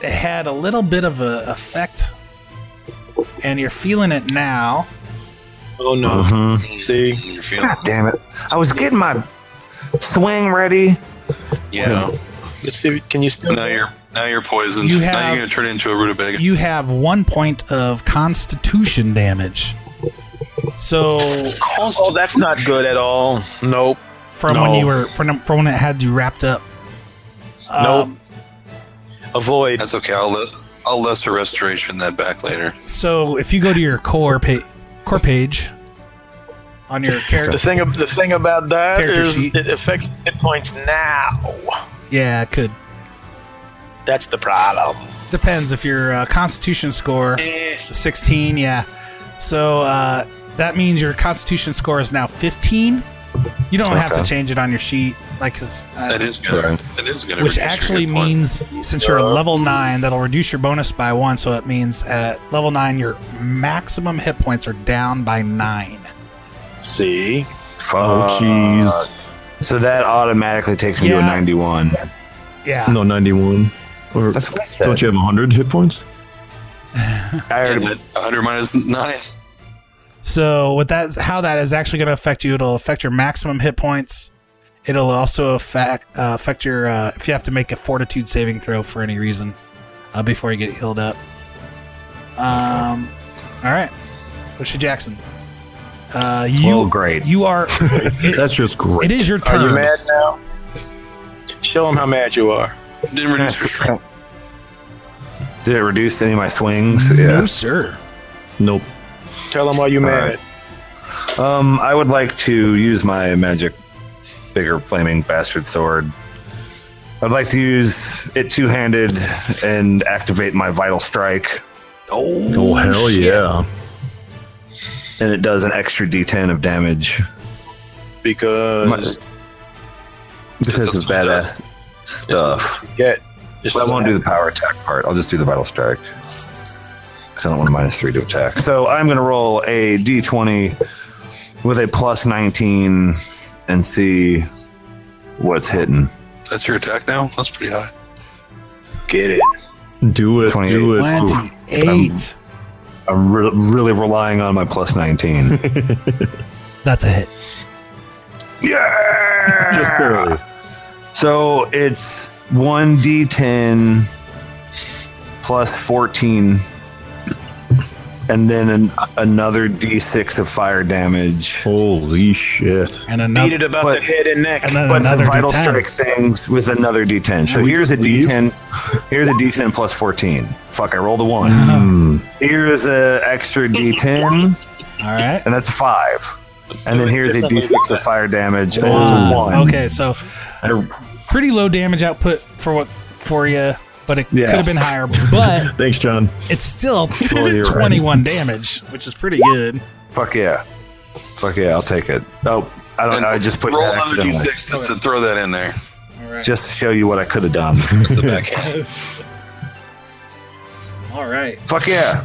Speaker 4: it had a little bit of a effect, and you're feeling it now.
Speaker 3: Oh no.
Speaker 2: Mhm.
Speaker 3: See,
Speaker 5: You're feeling,
Speaker 2: God damn it! I was getting my swing ready.
Speaker 5: yeah.
Speaker 3: let's see. Can you still?
Speaker 5: Now you're now you're poisoned.
Speaker 4: You
Speaker 5: now
Speaker 4: have-
Speaker 5: you're gonna turn into a rutabaga.
Speaker 4: You have one point of Constitution damage. So
Speaker 3: Oh, that's not good at all. Nope.
Speaker 4: from
Speaker 3: No.
Speaker 4: when you were from, from when it had you wrapped up. Um,
Speaker 3: Nope. Avoid.
Speaker 5: That's okay. I'll let I'll lesser restoration that back later.
Speaker 4: So if you go to your core pa- core page on your character,
Speaker 3: The thing, ab- the thing about that
Speaker 4: Character
Speaker 3: is
Speaker 4: sheet.
Speaker 3: it affects hit points now.
Speaker 4: yeah, it could
Speaker 3: That's the problem.
Speaker 4: depends if your uh, Constitution score
Speaker 5: Eh.
Speaker 4: sixteen, yeah. So uh, that means your Constitution score is now fifteen. You don't have to
Speaker 2: Okay.
Speaker 4: change it on your sheet, like 'cause, uh,
Speaker 5: That is gonna
Speaker 2: Right.
Speaker 5: that is gonna
Speaker 4: which
Speaker 5: reduce your hit
Speaker 4: actually
Speaker 5: point.
Speaker 4: means since you're a level nine, that'll reduce your bonus by one. So it means at level nine, your maximum hit points are down by nine.
Speaker 3: See,
Speaker 1: Oh,
Speaker 2: Uh,
Speaker 1: jeez.
Speaker 2: So that automatically takes me to a
Speaker 4: Yeah.
Speaker 2: 91.
Speaker 4: Yeah.
Speaker 1: no, 91. Or
Speaker 2: That's what I said.
Speaker 1: don't you have 100 hit points?
Speaker 2: I already-
Speaker 5: And that 100 minus nine.
Speaker 4: So with that, how that is actually going to affect you, it'll affect your maximum hit points. It'll also affect uh, affect your uh, if you have to make a fortitude saving throw for any reason uh, before you get healed up. Um, all right, Osha Jackson, uh, you
Speaker 2: well, great.
Speaker 4: you are it,
Speaker 1: That's just great.
Speaker 4: it is your turn.
Speaker 3: are you mad now? Show them how mad you are.
Speaker 5: Didn't reduce your strength.
Speaker 2: Did it reduce any of my swings?
Speaker 4: No sir.
Speaker 1: Nope.
Speaker 3: Tell them are you mad?
Speaker 2: Um, I would like to use my magic bigger flaming bastard sword. I'd like to use it two handed and activate my vital strike.
Speaker 3: Oh,
Speaker 1: Oh, hell yeah.
Speaker 2: And it does an extra d10 of damage. My-
Speaker 3: Because
Speaker 2: because it's badass stuff.
Speaker 3: get it's
Speaker 2: But I won't do the power attack part. I'll just do the vital strike. Because I don't want a minus three to attack. So I'm going to roll a d20 with a plus 19 and see what's hitting.
Speaker 5: That's your attack now. That's pretty high.
Speaker 3: get it.
Speaker 1: Do it.
Speaker 2: 28.
Speaker 1: Do it.
Speaker 4: Twenty eight.
Speaker 2: I'm re- really relying on my plus 19.
Speaker 4: That's a hit.
Speaker 2: yeah!
Speaker 1: Just barely.
Speaker 2: So it's 1d10 plus 14, and then an, another d6 of fire damage.
Speaker 1: Holy shit.
Speaker 4: And
Speaker 3: Beat
Speaker 4: another
Speaker 3: it about
Speaker 2: But-
Speaker 3: the head and neck.
Speaker 4: and then
Speaker 2: But
Speaker 4: another
Speaker 2: the vital
Speaker 4: D10.
Speaker 2: strike things with another d10. So here's a d10. Here's a d10 plus 14. Fuck, I rolled a one. Here's a extra d10,
Speaker 4: All right.
Speaker 2: and that's a five. And then here's a d6 of fire damage, and it's a
Speaker 4: Wow.
Speaker 2: one.
Speaker 4: Okay, so pretty low damage output for what for you, but it
Speaker 2: Yes.
Speaker 4: could have been higher. But
Speaker 1: Thanks, John.
Speaker 4: it's still
Speaker 1: Well, you're right.
Speaker 4: 21 damage, which is pretty good.
Speaker 2: Fuck yeah. Fuck yeah, I'll take it. Oh, I don't.
Speaker 5: And
Speaker 2: I just put
Speaker 5: roll
Speaker 2: that
Speaker 5: another
Speaker 2: accidentally.
Speaker 5: d6 just to throw that in there.
Speaker 4: All right.
Speaker 2: Just to show you what I could have done.
Speaker 5: It's a backhand.
Speaker 4: All right.
Speaker 2: Fuck yeah.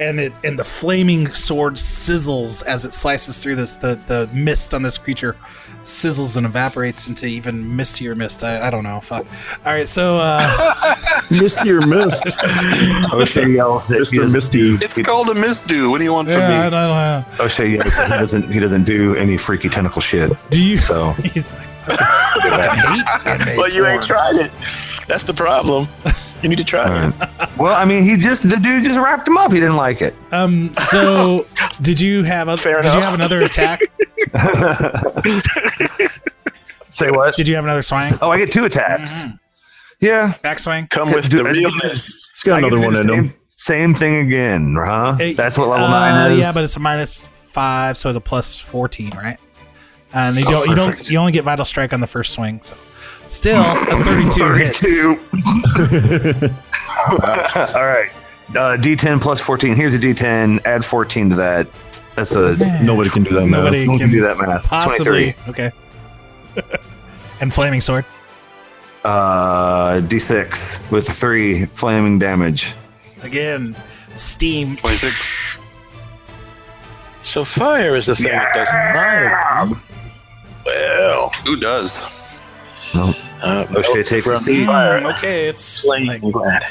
Speaker 4: And it and the flaming sword sizzles as it slices through this the the mist on this creature sizzles and evaporates into even mistier mist. I, I don't know. Fuck. All right, so uh
Speaker 1: Misty or mist.
Speaker 2: O'Shea yells that he
Speaker 1: Mr.
Speaker 2: doesn't,
Speaker 1: Misty.
Speaker 5: It's called a misdo. What do you want from
Speaker 4: yeah, I
Speaker 5: me?
Speaker 4: don't know.
Speaker 2: O'Shea yells that he doesn't. He doesn't do any freaky tentacle shit.
Speaker 4: Do you
Speaker 2: So
Speaker 4: He's like, I fucking hate
Speaker 3: But you ain't
Speaker 4: trying.
Speaker 3: tried it. That's the problem. You need to try
Speaker 2: All
Speaker 3: it.
Speaker 2: right. Well, I mean, he just the dude just wrapped him up. He didn't like it.
Speaker 4: Um. So, did you have other?
Speaker 3: Fair
Speaker 4: did you
Speaker 3: enough.
Speaker 4: have another attack?
Speaker 2: Say what?
Speaker 4: did you have another swing?
Speaker 2: Oh, I get two attacks.
Speaker 4: Mm-hmm.
Speaker 2: Yeah,
Speaker 4: Backswing.
Speaker 3: Come with
Speaker 2: Dude,
Speaker 3: the
Speaker 2: I didn't-
Speaker 3: realness.
Speaker 1: It's got
Speaker 2: I get to
Speaker 1: another
Speaker 2: do
Speaker 1: one
Speaker 2: the
Speaker 1: in him.
Speaker 2: Same, same thing again, huh?
Speaker 4: Hey,
Speaker 2: That's what level
Speaker 4: uh,
Speaker 2: nine is.
Speaker 4: Yeah, but it's a minus five, so it's a plus fourteen, right? And
Speaker 2: Oh,
Speaker 4: you don't. you don't.
Speaker 5: perfect.
Speaker 4: You only get vital strike on the first swing. So, still a thirty-two. hits.
Speaker 2: All right. Uh, D10 plus 14. Here's a D10. Add 14 to that. That's a
Speaker 1: Nobody can do that now.
Speaker 4: Nobody
Speaker 2: no one
Speaker 4: can
Speaker 2: can do that math.
Speaker 4: possibly. Okay. and flaming sword.
Speaker 2: Uh, D6 with three flaming damage.
Speaker 4: Again, steam.
Speaker 5: 26.
Speaker 3: So fire is the thing that doesn't matter. Well,
Speaker 5: Who does?
Speaker 3: uh,
Speaker 2: O'Shea takes a
Speaker 3: from
Speaker 2: seat.
Speaker 3: fire.
Speaker 4: Mm, okay, it's like,
Speaker 3: Flame glad.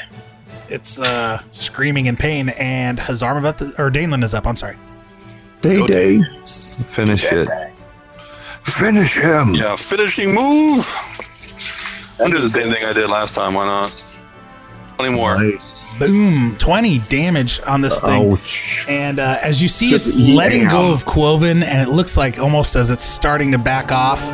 Speaker 4: it's uh screaming in pain, and Hazarm about the or Danelin is up. I'm sorry.
Speaker 1: Day day.
Speaker 2: Finish it. Finish him.
Speaker 5: Yeah, finishing move. I'll do the same thing I did last time. Why not? Twenty more.
Speaker 4: Boom, 20 damage on this thing.
Speaker 1: Ouch.
Speaker 4: And uh, as you see, it's letting go of Quoven, and it looks like almost as it's starting to back off,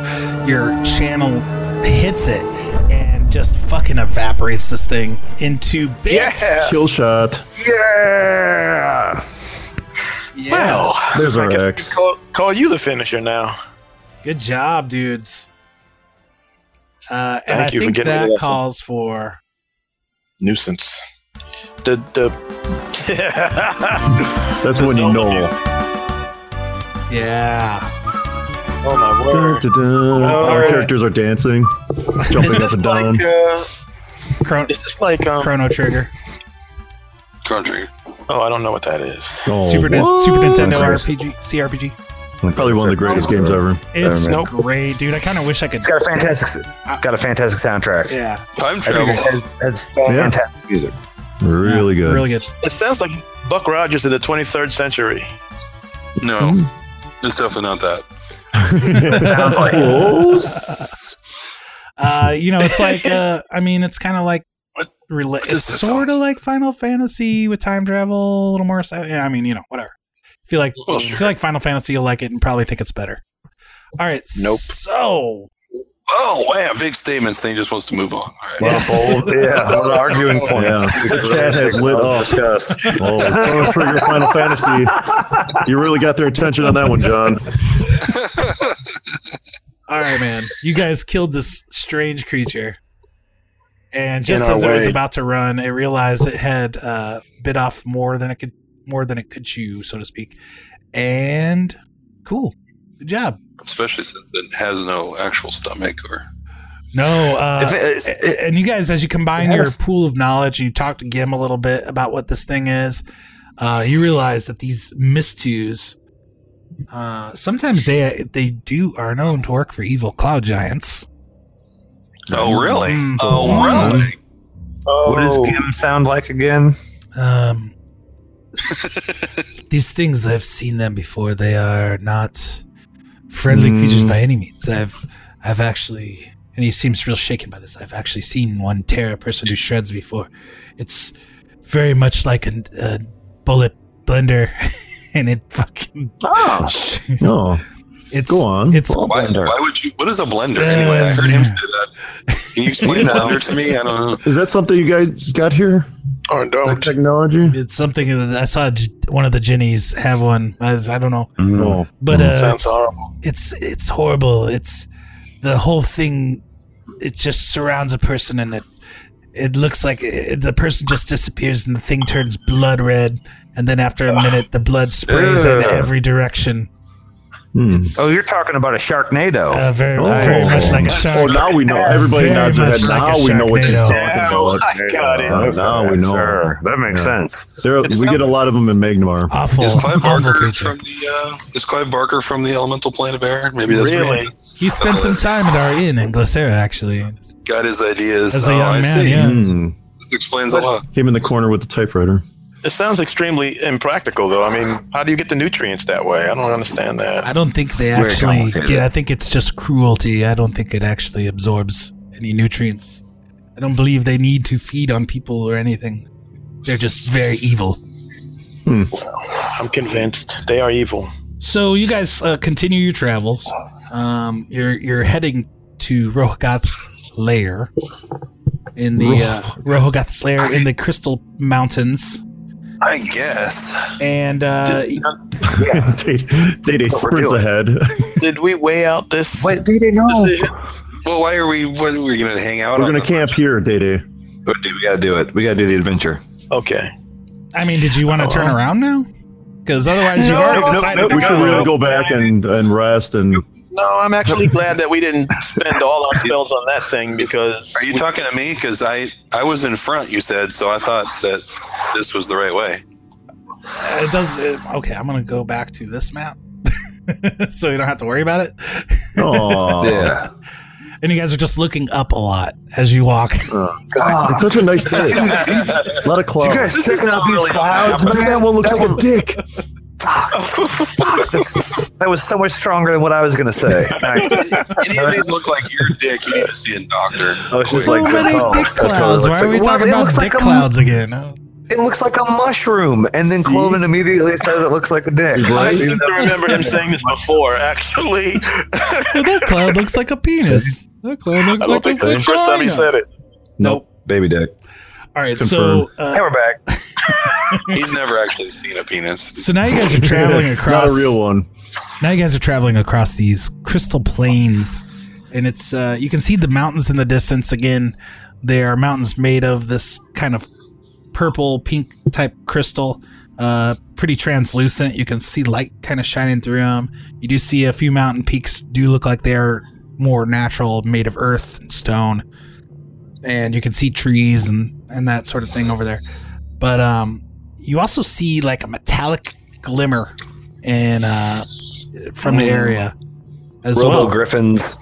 Speaker 4: your channel hits it and just fucking evaporates this thing into bits.
Speaker 1: Kill shot.
Speaker 2: Yeah.
Speaker 4: Yeah.
Speaker 3: Well,
Speaker 1: There's
Speaker 3: I
Speaker 1: our
Speaker 3: guess we
Speaker 1: X.
Speaker 3: can call, call you the finisher now.
Speaker 4: Good job, dudes. Uh, and
Speaker 3: Thank
Speaker 4: I
Speaker 3: you for
Speaker 4: think
Speaker 3: getting rid
Speaker 4: that
Speaker 3: of that thing.
Speaker 4: calls for.
Speaker 3: Nuisance. The the.
Speaker 1: That's when you know.
Speaker 4: Yeah.
Speaker 3: oh my
Speaker 1: Dun,
Speaker 3: word!
Speaker 1: dun, dun. Our
Speaker 3: right.
Speaker 1: characters are dancing, jumping up and down.
Speaker 3: Like, uh,
Speaker 4: Chron-
Speaker 3: is this like um?
Speaker 4: Chrono Trigger.
Speaker 5: Country.
Speaker 3: Oh, I don't know what that is.
Speaker 1: Oh,
Speaker 4: Super, Nin-
Speaker 1: what?
Speaker 4: Super Nintendo
Speaker 1: I'm serious.
Speaker 4: RPG. CRPG.
Speaker 1: Probably one of the greatest games ever.
Speaker 4: It's
Speaker 2: Never mind.
Speaker 4: great, dude. I kind of wish I could.
Speaker 2: It's got a fantastic, got a fantastic soundtrack.
Speaker 4: Yeah.
Speaker 5: Time
Speaker 2: I mean,
Speaker 5: travel.
Speaker 2: it has, has fantastic music.
Speaker 1: Really
Speaker 4: Yeah,
Speaker 1: good.
Speaker 4: Really good.
Speaker 3: It sounds like Buck Rogers of the 23rd century.
Speaker 5: No, it's definitely not that.
Speaker 2: Sounds like
Speaker 1: Close.
Speaker 4: Uh, you know, it's like uh, I mean, it's kind of like rela-
Speaker 5: does
Speaker 4: it's
Speaker 5: this
Speaker 4: sort of
Speaker 5: sound?
Speaker 4: like Final Fantasy with time travel, a little more. So, yeah, I mean, you know, whatever. I feel like
Speaker 5: Well,
Speaker 4: I
Speaker 5: sure.
Speaker 4: feel like Final Fantasy, you'll like it and probably think it's better. All right.
Speaker 3: Nope.
Speaker 4: So
Speaker 5: Oh, wow, big statements. Thing just wants to move on. All right.
Speaker 2: a lot of bold, yeah, a lot of arguing points.
Speaker 1: Yeah. The chat has lit up.
Speaker 2: Discussed.
Speaker 1: Oh, Chrono Trigger Final Fantasy. You really got their attention on that one, John.
Speaker 4: All right, man. You guys killed this strange creature. And just
Speaker 3: our
Speaker 4: as it was
Speaker 3: way.
Speaker 4: about to run, it realized it had uh, bit off more than it could more than it could chew, so to speak. And cool. Good job.
Speaker 5: Especially since it has no actual stomach or.
Speaker 4: No, uh,
Speaker 2: If it- it- it-
Speaker 4: and you guys, as you combine your pool of knowledge and you talk to Gim a little bit about what this thing is, uh, you realize that these mistus, uh, sometimes they they do are known to work for evil cloud giants.
Speaker 5: Oh, really?
Speaker 4: Mm.
Speaker 5: Oh, really?
Speaker 2: what does Kim sound like again?
Speaker 4: Um, these things I've seen them before. They are not friendly creatures
Speaker 1: Mm.
Speaker 4: by any means. I've I've actually, and he seems real shaken by this. I've actually seen one tear a person to shreds before. It's very much like an- a, bullet blender, and it fucking
Speaker 2: Oh,
Speaker 1: Ah, No,
Speaker 4: it's
Speaker 1: go on.
Speaker 4: It's
Speaker 5: Why, why would you? What is a blender anyway? I heard him say that. Can you explain blender to me? I don't know.
Speaker 1: Is that something you guys got here?
Speaker 3: Or
Speaker 1: That
Speaker 3: don't.
Speaker 1: technology?
Speaker 4: it's something that I saw j- one of the Jinnies have one. I, was- I don't know,
Speaker 1: No.
Speaker 4: but uh,
Speaker 3: Mm. Sounds
Speaker 4: it's-
Speaker 3: horrible.
Speaker 4: it's it's horrible. It's the whole thing. It just surrounds a person, and it it looks like it, the person just disappears, and the thing turns blood red, and then after a minute, the blood sprays in
Speaker 2: Ugh.
Speaker 4: every direction.
Speaker 1: Hmm.
Speaker 2: oh, you're talking about a Sharknado.
Speaker 4: Uh, very,
Speaker 1: Oh.
Speaker 4: very much like a
Speaker 1: Oh,
Speaker 4: shark.
Speaker 1: now we know. Everybody
Speaker 4: Very
Speaker 1: nods their
Speaker 4: much
Speaker 1: head.
Speaker 4: like
Speaker 1: Now
Speaker 4: a
Speaker 1: we know what he's
Speaker 4: Sharknado.
Speaker 1: talking about.
Speaker 3: I got it.
Speaker 1: Uh,
Speaker 2: Oh,
Speaker 1: now we know.
Speaker 2: Sure, that makes
Speaker 1: Yeah.
Speaker 2: sense.
Speaker 1: There, we get a lot of them in Magnemar.
Speaker 4: Awful,
Speaker 5: Is Clive
Speaker 4: awful
Speaker 5: Barker
Speaker 4: creature.
Speaker 5: from the uh, is Clive Barker from the Elemental Plane of Air? Maybe that's where
Speaker 3: Really?
Speaker 4: He spent some time at our inn in Glacera, actually.
Speaker 5: he got his ideas.
Speaker 4: As a
Speaker 5: Oh,
Speaker 4: young
Speaker 5: I
Speaker 4: man,
Speaker 5: see.
Speaker 4: yeah.
Speaker 1: Hmm.
Speaker 5: This explains a lot.
Speaker 1: Him in the corner with the typewriter.
Speaker 3: It sounds extremely impractical, though. I mean, how do you get the nutrients that way? I don't understand that.
Speaker 4: I don't think they
Speaker 2: Very
Speaker 4: actually.
Speaker 2: complicated.
Speaker 4: Yeah, I think it's just cruelty. I don't think it actually absorbs any nutrients. I don't believe they need to feed on people or anything. They're just very evil.
Speaker 3: I'm convinced they are evil.
Speaker 4: So you guys uh, continue your travels. Um, you're you're heading to Rohagoth's lair in the uh, Rohagoth's lair in the Crystal Mountains,
Speaker 5: I guess.
Speaker 4: and uh,
Speaker 1: Day Day sprints
Speaker 2: doing.
Speaker 1: ahead. We're
Speaker 3: Did we weigh out this
Speaker 2: Wait, do they know?
Speaker 3: decision?
Speaker 5: Well, why are we? What are we going to hang out? on
Speaker 1: gonna
Speaker 5: the-
Speaker 1: camp here, Day Day.
Speaker 2: We gotta do it. We gotta do the adventure.
Speaker 3: Okay.
Speaker 4: I mean, did you want to turn around now? Because otherwise, you've
Speaker 3: No,
Speaker 4: already
Speaker 3: no,
Speaker 4: decided.
Speaker 3: no,
Speaker 4: to
Speaker 1: We should
Speaker 4: go.
Speaker 1: really go back and, and rest and
Speaker 3: No, I'm actually glad that we didn't spend all our spells on that thing because
Speaker 5: Are you talking to me? Because I I was in front. You said so. I thought that this was the right way.
Speaker 4: yeah, Uh, it does. It, okay, I'm gonna go back to this map, so you don't have to worry about it.
Speaker 1: Oh,
Speaker 2: yeah.
Speaker 4: And you guys are just looking up a lot as you walk.
Speaker 1: It's such a nice day. A lot of
Speaker 2: you
Speaker 1: clouds.
Speaker 2: guys
Speaker 3: This is
Speaker 2: checking out
Speaker 3: not
Speaker 2: these
Speaker 3: really
Speaker 2: clouds?
Speaker 1: Look at that one looks
Speaker 2: That
Speaker 1: like a
Speaker 2: one-
Speaker 1: dick.
Speaker 2: Fuck, this- that was so much stronger than what I was going to say. Nice.
Speaker 5: Any of these look like your dick, you need to see a doctor.
Speaker 2: I was just
Speaker 4: so
Speaker 2: like,
Speaker 4: many
Speaker 2: oh,
Speaker 4: dick
Speaker 2: that's what it
Speaker 4: clouds. Why
Speaker 2: looks
Speaker 4: are we
Speaker 2: like. Well,
Speaker 4: talking
Speaker 2: it
Speaker 4: about
Speaker 2: looks
Speaker 4: dick
Speaker 2: like a mu-
Speaker 4: clouds again? Oh.
Speaker 2: It looks like a mushroom, and then
Speaker 4: See?
Speaker 2: Cloven immediately says it looks like a dick.
Speaker 3: I
Speaker 2: You
Speaker 3: seem
Speaker 2: know?
Speaker 3: to remember him saying this before, actually.
Speaker 4: Well, that cloud looks like a penis. That cloud looks
Speaker 3: I
Speaker 4: like
Speaker 3: don't think
Speaker 4: a
Speaker 3: that's the first time he
Speaker 4: vagina.
Speaker 3: said it.
Speaker 1: Nope. Baby dick.
Speaker 4: All right,
Speaker 1: Confirmed.
Speaker 4: so uh,
Speaker 2: Hey, we're back.
Speaker 5: He's never actually seen a penis.
Speaker 4: so now you guys are traveling across.
Speaker 1: Not a real one.
Speaker 4: Now you guys are traveling across these crystal plains, and it's uh, you can see the mountains in the distance. Again, they are mountains made of this kind of purple pink type crystal, uh, pretty translucent. You can see light kind of shining through them. You do see a few mountain peaks do look like they are more natural, made of earth and stone, and you can see trees and and that sort of thing over there. But um, you also see like a metallic glimmer and uh from the area as
Speaker 2: Robo
Speaker 4: well.
Speaker 2: Griffins.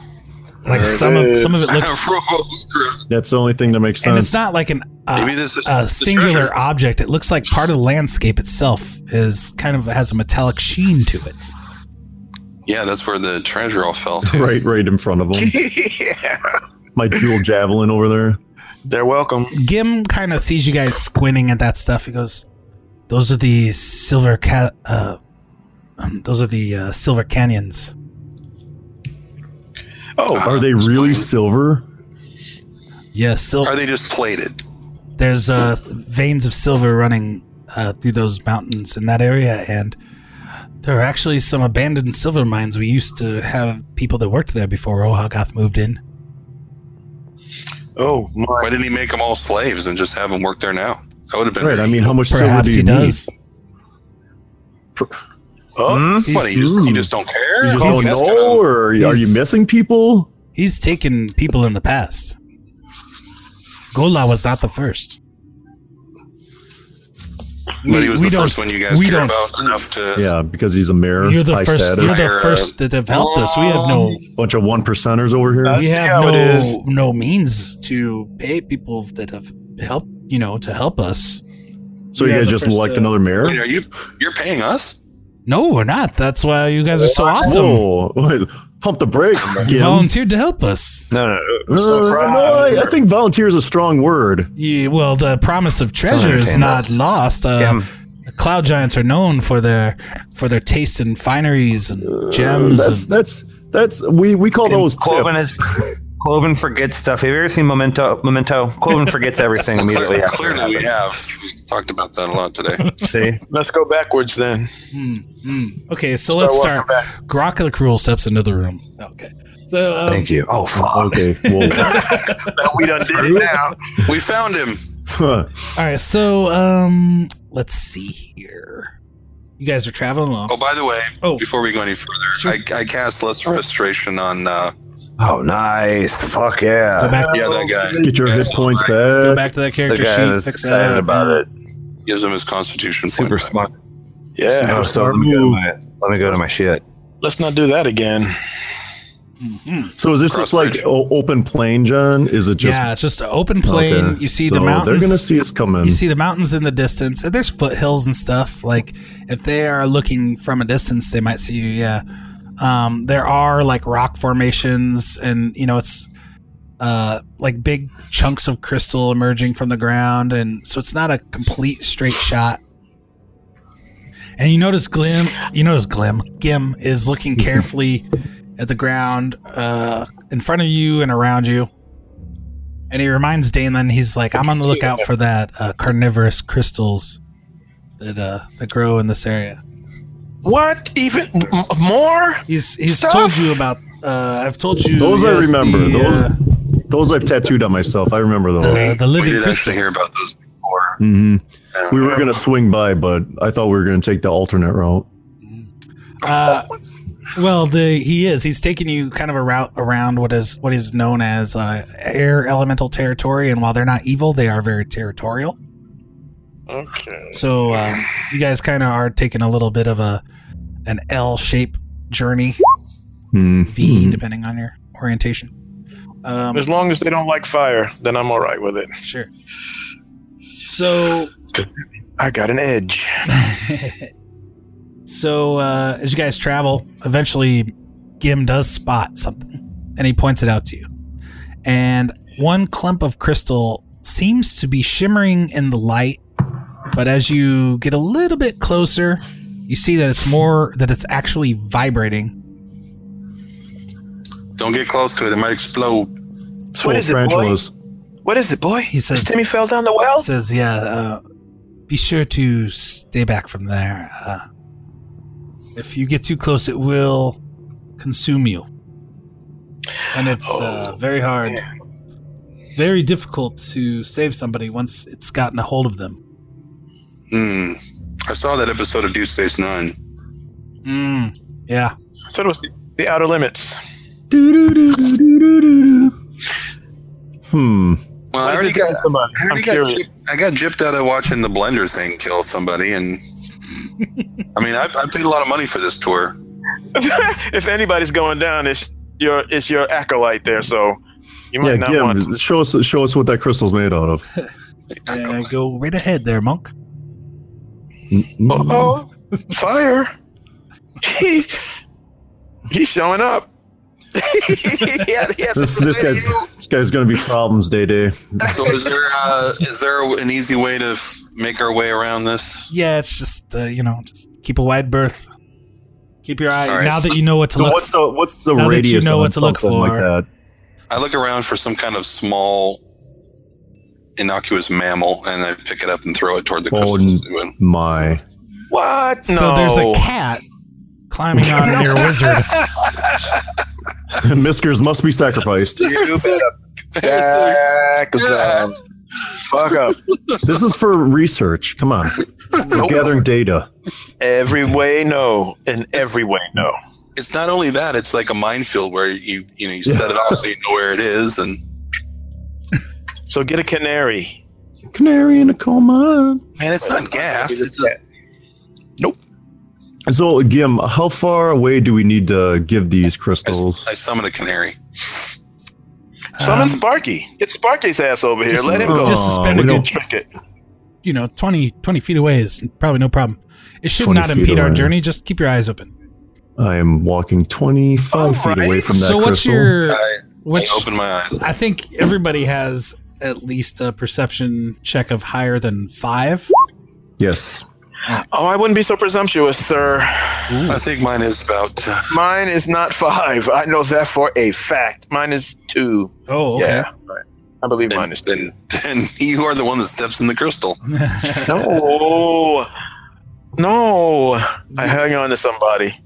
Speaker 4: Like some of some of it looks,
Speaker 5: Maybe
Speaker 1: That's the only thing that makes
Speaker 4: and it's
Speaker 1: sense.
Speaker 4: not like an uh,
Speaker 5: this is
Speaker 4: a
Speaker 5: the
Speaker 4: singular
Speaker 5: treasure.
Speaker 4: object. It looks like part of the landscape itself is kind of has a metallic sheen to it.
Speaker 5: Yeah, that's where the treasure all fell to.
Speaker 1: right, right in front of them.
Speaker 3: yeah.
Speaker 1: My dual javelin over there.
Speaker 3: They're welcome.
Speaker 4: Gim kind of sees you guys squinting at that stuff. He goes, "Those are the silver cat. Uh, um, those are the uh, silver canyons."
Speaker 3: Oh,
Speaker 5: Uh,
Speaker 1: Are they really silver?
Speaker 4: Yes, silver.
Speaker 5: Are they just plated?
Speaker 4: there's uh, veins of silver running uh, through those mountains in that area, and there are actually some abandoned silver mines. We used to have people that worked there before Rohagoth moved in.
Speaker 3: oh
Speaker 5: Why
Speaker 3: my.
Speaker 5: didn't he make them all slaves and just have them work there now? That would have been
Speaker 1: Right. I mean, how much
Speaker 4: Perhaps he
Speaker 1: silver do you
Speaker 4: does.
Speaker 3: Oh,
Speaker 2: Hmm?
Speaker 5: need? What, you just, you just don't care?
Speaker 1: need? You
Speaker 5: Call
Speaker 1: just
Speaker 5: them
Speaker 1: don't know,
Speaker 5: Eskimo.
Speaker 1: or are you
Speaker 4: he's-
Speaker 1: missing people?
Speaker 4: He's taken people in the past. Gola was not the first.
Speaker 5: But he was
Speaker 4: We
Speaker 5: the
Speaker 4: don't-
Speaker 5: first one you guys
Speaker 4: we
Speaker 5: care
Speaker 4: don't-
Speaker 5: about enough to.
Speaker 1: Yeah, because he's a mayor.
Speaker 4: You're the
Speaker 1: high
Speaker 4: first.
Speaker 1: status.
Speaker 4: You're the
Speaker 5: Higher, uh,
Speaker 4: first that have helped us. We have no.
Speaker 1: bunch of one percenters over here.
Speaker 3: Uh,
Speaker 4: We
Speaker 3: Um, see
Speaker 4: have
Speaker 3: how it is.
Speaker 4: no no means to pay people that have helped. You know to help us.
Speaker 1: so you
Speaker 6: yeah,
Speaker 1: guys
Speaker 6: the
Speaker 1: just
Speaker 6: first,
Speaker 1: elect
Speaker 6: uh,
Speaker 1: another mayor?
Speaker 5: Wait, are you? You're paying us?
Speaker 4: No, we're not. That's why you guys are so awesome.
Speaker 1: Whoa, wait, pump the brakes.
Speaker 4: You
Speaker 1: Gim.
Speaker 4: volunteered to help us.
Speaker 2: No, no,
Speaker 1: Uh,
Speaker 2: no.
Speaker 1: no, I, I think volunteer is a strong word.
Speaker 4: Yeah, well, the promise of treasure is
Speaker 2: entertain
Speaker 4: not
Speaker 2: us.
Speaker 4: lost. Uh,
Speaker 2: Gim.
Speaker 4: cloud giants are known for their for their taste in fineries and gems.
Speaker 1: That's
Speaker 4: and,
Speaker 1: that's that's we we call those
Speaker 2: Cloven
Speaker 1: tips.
Speaker 2: is. Cloven forgets stuff. Have you ever seen Memento? Memento. Cloven forgets everything immediately. after it
Speaker 5: Clearly, we
Speaker 2: happens.
Speaker 5: have. We've talked about that a lot today.
Speaker 2: See,
Speaker 3: Let's go backwards then.
Speaker 4: Hmm, hmm. Okay, so let's
Speaker 3: walking
Speaker 4: start.
Speaker 3: back.
Speaker 4: Grokka Cruel steps into the room. Okay, so um,
Speaker 2: thank you. Oh fuck.
Speaker 1: Okay, well,
Speaker 3: No, we done did it now.
Speaker 5: we found him.
Speaker 1: huh,
Speaker 4: all right, so um, let's see here. You guys are traveling along.
Speaker 5: Oh, by the way,
Speaker 4: Oh.
Speaker 5: before we go any further, I, I cast Lesser Restoration on. Uh,
Speaker 2: Oh nice. Fuck
Speaker 4: Go
Speaker 2: yeah.
Speaker 4: back.
Speaker 5: yeah, that guy.
Speaker 1: get your hit points
Speaker 4: Go
Speaker 1: back.
Speaker 4: back to that
Speaker 2: The
Speaker 4: character
Speaker 2: guy
Speaker 4: sheet.
Speaker 2: is
Speaker 4: fix that
Speaker 2: excited
Speaker 4: up.
Speaker 2: about it.
Speaker 5: Gives him his Constitution point
Speaker 2: Super
Speaker 5: back.
Speaker 2: smart.
Speaker 3: Yeah.
Speaker 2: Oh, so let me, go to my, let me go to my shit.
Speaker 3: Let's not do that again.
Speaker 1: So is this just like
Speaker 5: Crossbridge.
Speaker 1: o- open plain, John? Is it just
Speaker 4: yeah, it's just an open plain.
Speaker 1: Okay,
Speaker 4: You see
Speaker 1: so
Speaker 4: the mountains.
Speaker 1: They're gonna see us coming.
Speaker 4: You see the mountains in the distance, and there's foothills and stuff. Like if they are looking from a distance, they might see you. Yeah, um, there are like rock formations, and you know it's uh, like big chunks of crystal emerging from the ground, and so it's not a complete straight shot. And you notice Glim, you notice Glim, Gim is looking carefully at the ground uh, in front of you and around you. And he reminds Danlin, he's like, I'm on the lookout for that uh, carnivorous crystals that uh, that grow in this area.
Speaker 3: What? Even m- more?
Speaker 4: He's he's
Speaker 3: Stuff?
Speaker 4: told you about. Uh, I've told you.
Speaker 1: Those I
Speaker 4: yes,
Speaker 1: remember.
Speaker 4: The,
Speaker 1: those
Speaker 4: uh,
Speaker 1: those I've tattooed on myself. I remember those.
Speaker 4: the, the
Speaker 5: We
Speaker 4: living
Speaker 5: did actually
Speaker 4: crystal.
Speaker 5: hear about those before.
Speaker 4: Mm-hmm.
Speaker 1: Mhm.
Speaker 5: Yeah.
Speaker 1: We were gonna swing by, but I thought we were gonna take the alternate route.
Speaker 4: Uh, well, the he is. He's taking you kind of a route around what is what is known as uh, air elemental territory. And while they're not evil, they are very territorial.
Speaker 3: Okay.
Speaker 4: So um, you guys kind of are taking a little bit of a an L shape journey,
Speaker 1: Hmm.
Speaker 4: V, depending on your orientation. Um,
Speaker 3: As long as they don't like fire, then I'm all right with it.
Speaker 4: sure. So
Speaker 3: I got an edge.
Speaker 4: so uh, as you guys travel, eventually Gim does spot something, and he points it out to you. And one clump of crystal seems to be shimmering in the light, but as you get a little bit closer, you see that it's more that it's actually vibrating.
Speaker 5: Don't get close to it; it might explode.
Speaker 1: It's
Speaker 3: What
Speaker 1: full of
Speaker 3: is it, boy?
Speaker 1: tarantulas.
Speaker 3: What is it, boy?
Speaker 4: He says-
Speaker 3: Timmy fell down the well?
Speaker 4: says, "Yeah, uh, be sure to stay back from there. Uh, if you get too close, it will consume you, and it's uh, very hard, very difficult to save somebody once it's gotten a hold of them."
Speaker 5: Hmm. I saw that episode of Deep Space Nine.
Speaker 4: Mm, yeah.
Speaker 3: I thought it was the outer limits.
Speaker 1: Hmm.
Speaker 5: Well, I
Speaker 3: What does it
Speaker 5: already
Speaker 3: do
Speaker 5: got.
Speaker 3: to somebody?
Speaker 5: I
Speaker 3: I'm
Speaker 5: already got.
Speaker 3: curious.
Speaker 5: gypped- I got gypped out of watching the Blender thing kill somebody, and I mean, I, I paid a lot of money for this tour.
Speaker 3: if anybody's going down, it's your it's your acolyte there, so you might
Speaker 1: Yeah,
Speaker 3: not
Speaker 1: Gim,
Speaker 3: want to.
Speaker 1: show us show us what that crystal's made out of.
Speaker 4: Uh, go right ahead there, monk.
Speaker 3: Oh, fire! He, he's showing up. he had, he had
Speaker 1: This
Speaker 3: something
Speaker 1: this
Speaker 3: to say
Speaker 1: guy's,
Speaker 3: to you.
Speaker 1: this guy's gonna be problems day day.
Speaker 5: So, is there uh, is there an easy way to f- make our way around this?
Speaker 4: Yeah, it's just uh, you know, just keep a wide berth. Keep your eye
Speaker 5: All right.
Speaker 4: now that you know what to
Speaker 1: So
Speaker 4: look.
Speaker 1: what's the what's the
Speaker 4: now that you
Speaker 1: radius
Speaker 4: know
Speaker 1: on
Speaker 4: what to look
Speaker 1: something like
Speaker 4: for.
Speaker 1: that?
Speaker 5: I look around for some kind of small, innocuous mammal, and I pick it up and throw it toward the
Speaker 1: Oh,
Speaker 5: crystals.
Speaker 1: My
Speaker 3: What? No.
Speaker 4: So there's a cat climbing on your wizard.
Speaker 1: Miskers must be sacrificed.
Speaker 3: Back the
Speaker 5: Yeah.
Speaker 3: ground. Fuck up.
Speaker 1: this is for research. Come on. We're
Speaker 3: Nope.
Speaker 1: gathering data.
Speaker 3: Every way, no. In every way, no.
Speaker 5: it's not only that; it's like a minefield where you you know you set it off so you know where it is, and
Speaker 3: So get a canary.
Speaker 1: Canary in a coal mine.
Speaker 5: man, it's not gas. It's a,
Speaker 1: So Gim, how far away do we need to give these
Speaker 5: I,
Speaker 1: crystals?
Speaker 5: I summon a canary.
Speaker 3: Summon
Speaker 4: Um, Oh.
Speaker 3: Sparky. Get Sparky's ass over here.
Speaker 4: just-
Speaker 3: Let him go.
Speaker 4: just
Speaker 1: Aw,
Speaker 4: suspend
Speaker 1: we
Speaker 4: a good
Speaker 1: don't-
Speaker 3: Trick it.
Speaker 4: you know 20, 20 feet away is probably no problem it should
Speaker 1: 20
Speaker 4: not
Speaker 1: feet
Speaker 4: impede our
Speaker 1: away.
Speaker 4: journey just keep your eyes open
Speaker 1: I am walking twenty-five feet away
Speaker 3: Alright.
Speaker 1: from that
Speaker 4: so what's
Speaker 1: crystal.
Speaker 4: your
Speaker 5: I, I
Speaker 4: what's
Speaker 5: open my eyes.
Speaker 4: i think everybody has at least a perception check of higher than five
Speaker 1: yes?
Speaker 3: Oh, I wouldn't be so presumptuous, sir.
Speaker 5: I think mine is about. Uh,
Speaker 3: Mine is not five. I know that for a fact. Mine is two.
Speaker 4: oh okay
Speaker 3: Yeah. I believe mine
Speaker 5: and,
Speaker 3: is two.
Speaker 5: and, and you are the one that steps in the crystal.
Speaker 3: No. No. I hung on to somebody.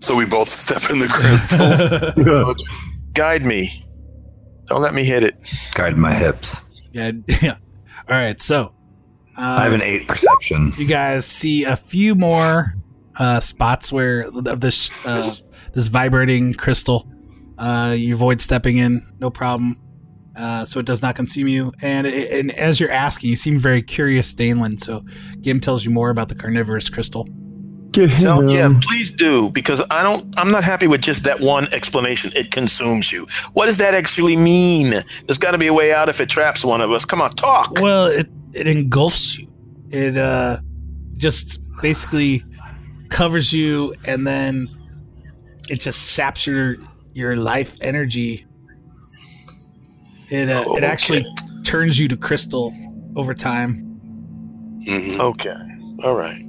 Speaker 5: So we both step in the crystal.
Speaker 3: Guide me. Don't let me hit it.
Speaker 2: Guide my hips.
Speaker 4: yeah, yeah. all right so uh,
Speaker 2: I have an eight perception.
Speaker 4: you guys see a few more uh, spots where of this uh, this vibrating crystal. Uh, you avoid stepping in, no problem. Uh, so it does not consume you. And and as you're asking, you seem very curious, Danelin. So Gim tells you more about the carnivorous crystal.
Speaker 1: Get him.
Speaker 3: Tell-
Speaker 4: um,
Speaker 3: yeah, please do because I don't. I'm not happy with just that one explanation. It consumes you. What does that actually mean? There's got to be a way out if it traps one of us. Come on, talk.
Speaker 4: Well, it it engulfs you. It uh, just basically covers you, and then it just saps your your life energy. It uh, it actually turns you to crystal over time.
Speaker 5: Mhm.
Speaker 3: Okay. All right.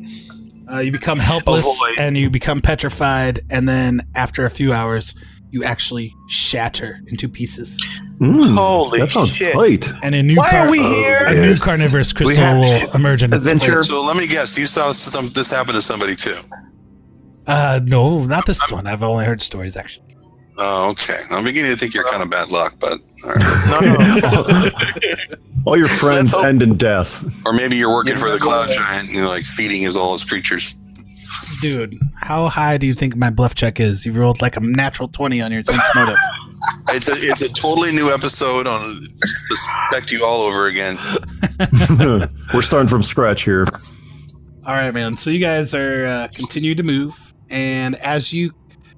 Speaker 4: Uh, you become helpless,
Speaker 3: Avoid.
Speaker 4: and you become petrified, and then after a few hours, you actually shatter into pieces.
Speaker 1: Mm,
Speaker 3: Holy
Speaker 1: that sounds
Speaker 3: shit.
Speaker 1: tight.
Speaker 4: And a new
Speaker 3: Why
Speaker 4: car-
Speaker 3: are we here?
Speaker 4: a new
Speaker 2: Yes.
Speaker 4: carnivorous
Speaker 2: We
Speaker 4: crystal
Speaker 2: have
Speaker 4: will emerge in its
Speaker 2: adventure.
Speaker 4: place.
Speaker 5: So let me guess. You saw some, this happen to somebody too.
Speaker 4: Uh, no, not this one. I've only heard stories actually.
Speaker 5: Oh, okay. I'm beginning to think you're kind of bad luck, but all right.
Speaker 3: No, no.
Speaker 1: All your friends
Speaker 3: hope-
Speaker 1: end in death.
Speaker 5: or maybe you're working for the cloud giant, and you're like feeding his all his creatures.
Speaker 4: Dude, how high do you think my bluff check is? You rolled like a natural 20 on your sense motive.
Speaker 5: It's a it's a totally new episode on suspect you all over again.
Speaker 1: We're starting from scratch here.
Speaker 4: All right, man. So you guys are uh, continue to move, and as you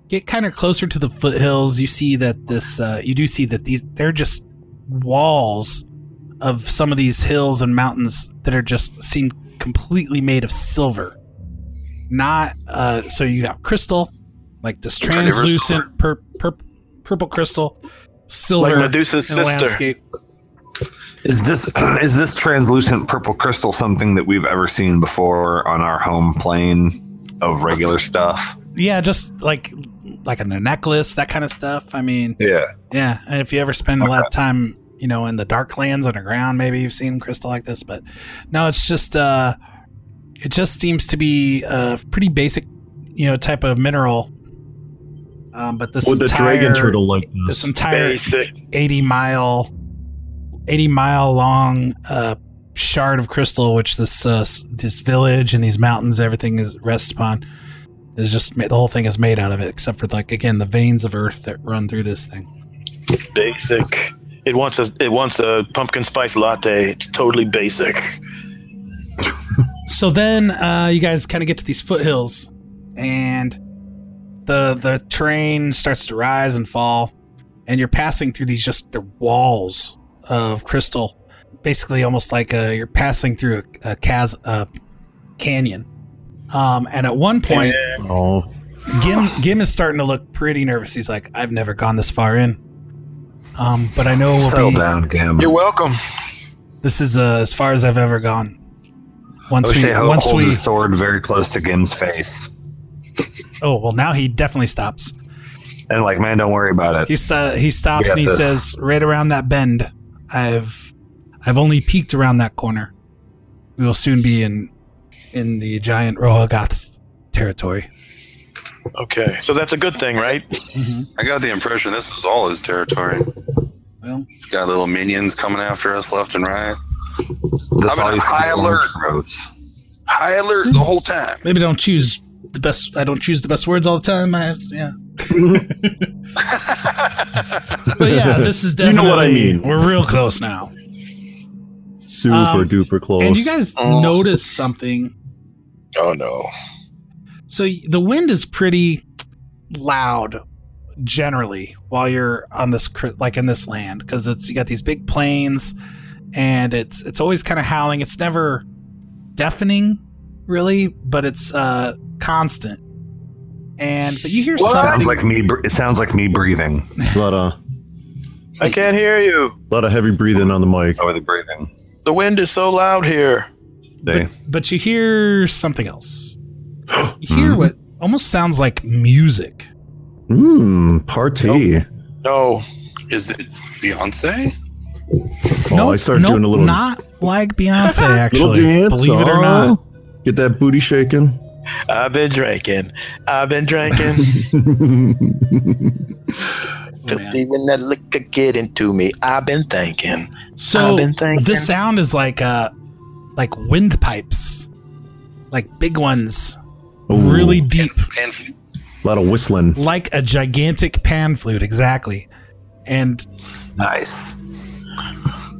Speaker 4: get kind of closer to the foothills, you see that this uh, you do see that these they're just walls of some of these hills and mountains that are just seem completely made of silver. Not uh, so you got crystal, like this
Speaker 5: Trying to restore-
Speaker 4: translucent pur- pur- purple crystal, silver
Speaker 3: Like Medusa's
Speaker 4: in the
Speaker 3: sister.
Speaker 4: landscape.
Speaker 2: Is this is this translucent purple crystal something that we've ever seen before on our home plane of regular stuff?
Speaker 4: Yeah, just like like a necklace, that kind of stuff. I mean,
Speaker 2: Yeah.
Speaker 4: Yeah, and if you ever spend a lot of time, you know, in the dark lands underground, maybe you've seen crystal like this, but no, it's just uh it just seems to be a pretty basic, you know, type of mineral. Um, but this
Speaker 1: Would the
Speaker 4: entire,
Speaker 1: dragon turtle like
Speaker 4: this
Speaker 1: this?
Speaker 4: entire
Speaker 3: Basic.
Speaker 4: 80 mile 80 mile long uh, shard of crystal which this uh, s- this village and these mountains everything is rests upon is just ma- the whole thing is made out of it except for like again the veins of earth that run through this thing
Speaker 3: Basic. It wants a it wants a pumpkin spice latte. It's totally basic.
Speaker 4: so then uh, you guys kind of get to these foothills and the the terrain starts to rise and fall and you're passing through these just the walls of crystal basically almost like uh you're passing through a, a chasm a canyon um, and at one point
Speaker 1: Oh,
Speaker 4: Gim Gim is starting to look pretty nervous. He's like, I've never gone this far in. Um, but I know it will
Speaker 2: Settle
Speaker 4: be
Speaker 2: down, Gam.
Speaker 3: You're welcome.
Speaker 4: this is uh, as far as I've ever gone. Once
Speaker 2: O'Shea
Speaker 4: we
Speaker 2: ho-
Speaker 4: once
Speaker 2: holds
Speaker 4: we
Speaker 2: his sword very close to Gim's face.
Speaker 4: Oh well now he definitely stops.
Speaker 2: And like, man, don't worry about it.
Speaker 4: He uh, he stops
Speaker 2: got
Speaker 4: and he
Speaker 2: this.
Speaker 4: says, Right around that bend, I've I've only peeked around that corner. We will soon be in in the giant Rohagoth's territory.
Speaker 3: Okay, so that's a good thing, right?
Speaker 5: I got the impression this is all his territory.
Speaker 4: Well
Speaker 5: He's got little minions coming after us left and right.
Speaker 2: That's
Speaker 5: I'm
Speaker 2: all
Speaker 5: in
Speaker 2: you see
Speaker 5: high
Speaker 2: is
Speaker 5: alert.
Speaker 2: orange roads.
Speaker 5: High alert the whole time.
Speaker 4: maybe don't choose the best I don't choose the best words all the time. I yeah. but yeah, this is
Speaker 1: You
Speaker 4: definitely.
Speaker 1: know what I mean.
Speaker 4: We're real close now.
Speaker 1: super
Speaker 4: Um,
Speaker 1: duper close.
Speaker 4: And you guys
Speaker 3: Oh.
Speaker 4: notice something.
Speaker 3: Oh no.
Speaker 4: So y- the wind is pretty loud generally while you're on this cr- like in this land because it's you got these big plains and it's it's always kind of howling. It's never deafening really, but it's uh constant. And but you hear
Speaker 2: Sounds
Speaker 4: something.
Speaker 2: like me. br- It sounds like me breathing.
Speaker 1: lot of
Speaker 3: I can't hear you.
Speaker 1: lot of heavy breathing on the mic.
Speaker 2: Over Oh, the breathing.
Speaker 3: The wind is so loud here.
Speaker 2: They,
Speaker 4: but you hear something else. You
Speaker 1: Hmm.
Speaker 4: hear what almost sounds like music.
Speaker 1: Mmm, party.
Speaker 3: No.
Speaker 5: Is it Beyonce?
Speaker 1: Oh, I started doing a little
Speaker 4: not like Beyonce actually.
Speaker 1: little dance.
Speaker 4: believe it or not.
Speaker 1: oh. Get that booty shaking.
Speaker 3: I've been drinking. I've been drinking.
Speaker 4: Oh,
Speaker 3: Filthy when that liquor get into me. I've been thinking.
Speaker 4: So
Speaker 3: I've been thinking.
Speaker 4: this sound is like uh like windpipes. Like big ones, really deep,
Speaker 5: And
Speaker 1: a lot of whistling.
Speaker 4: like a gigantic pan flute exactly. And
Speaker 2: nice.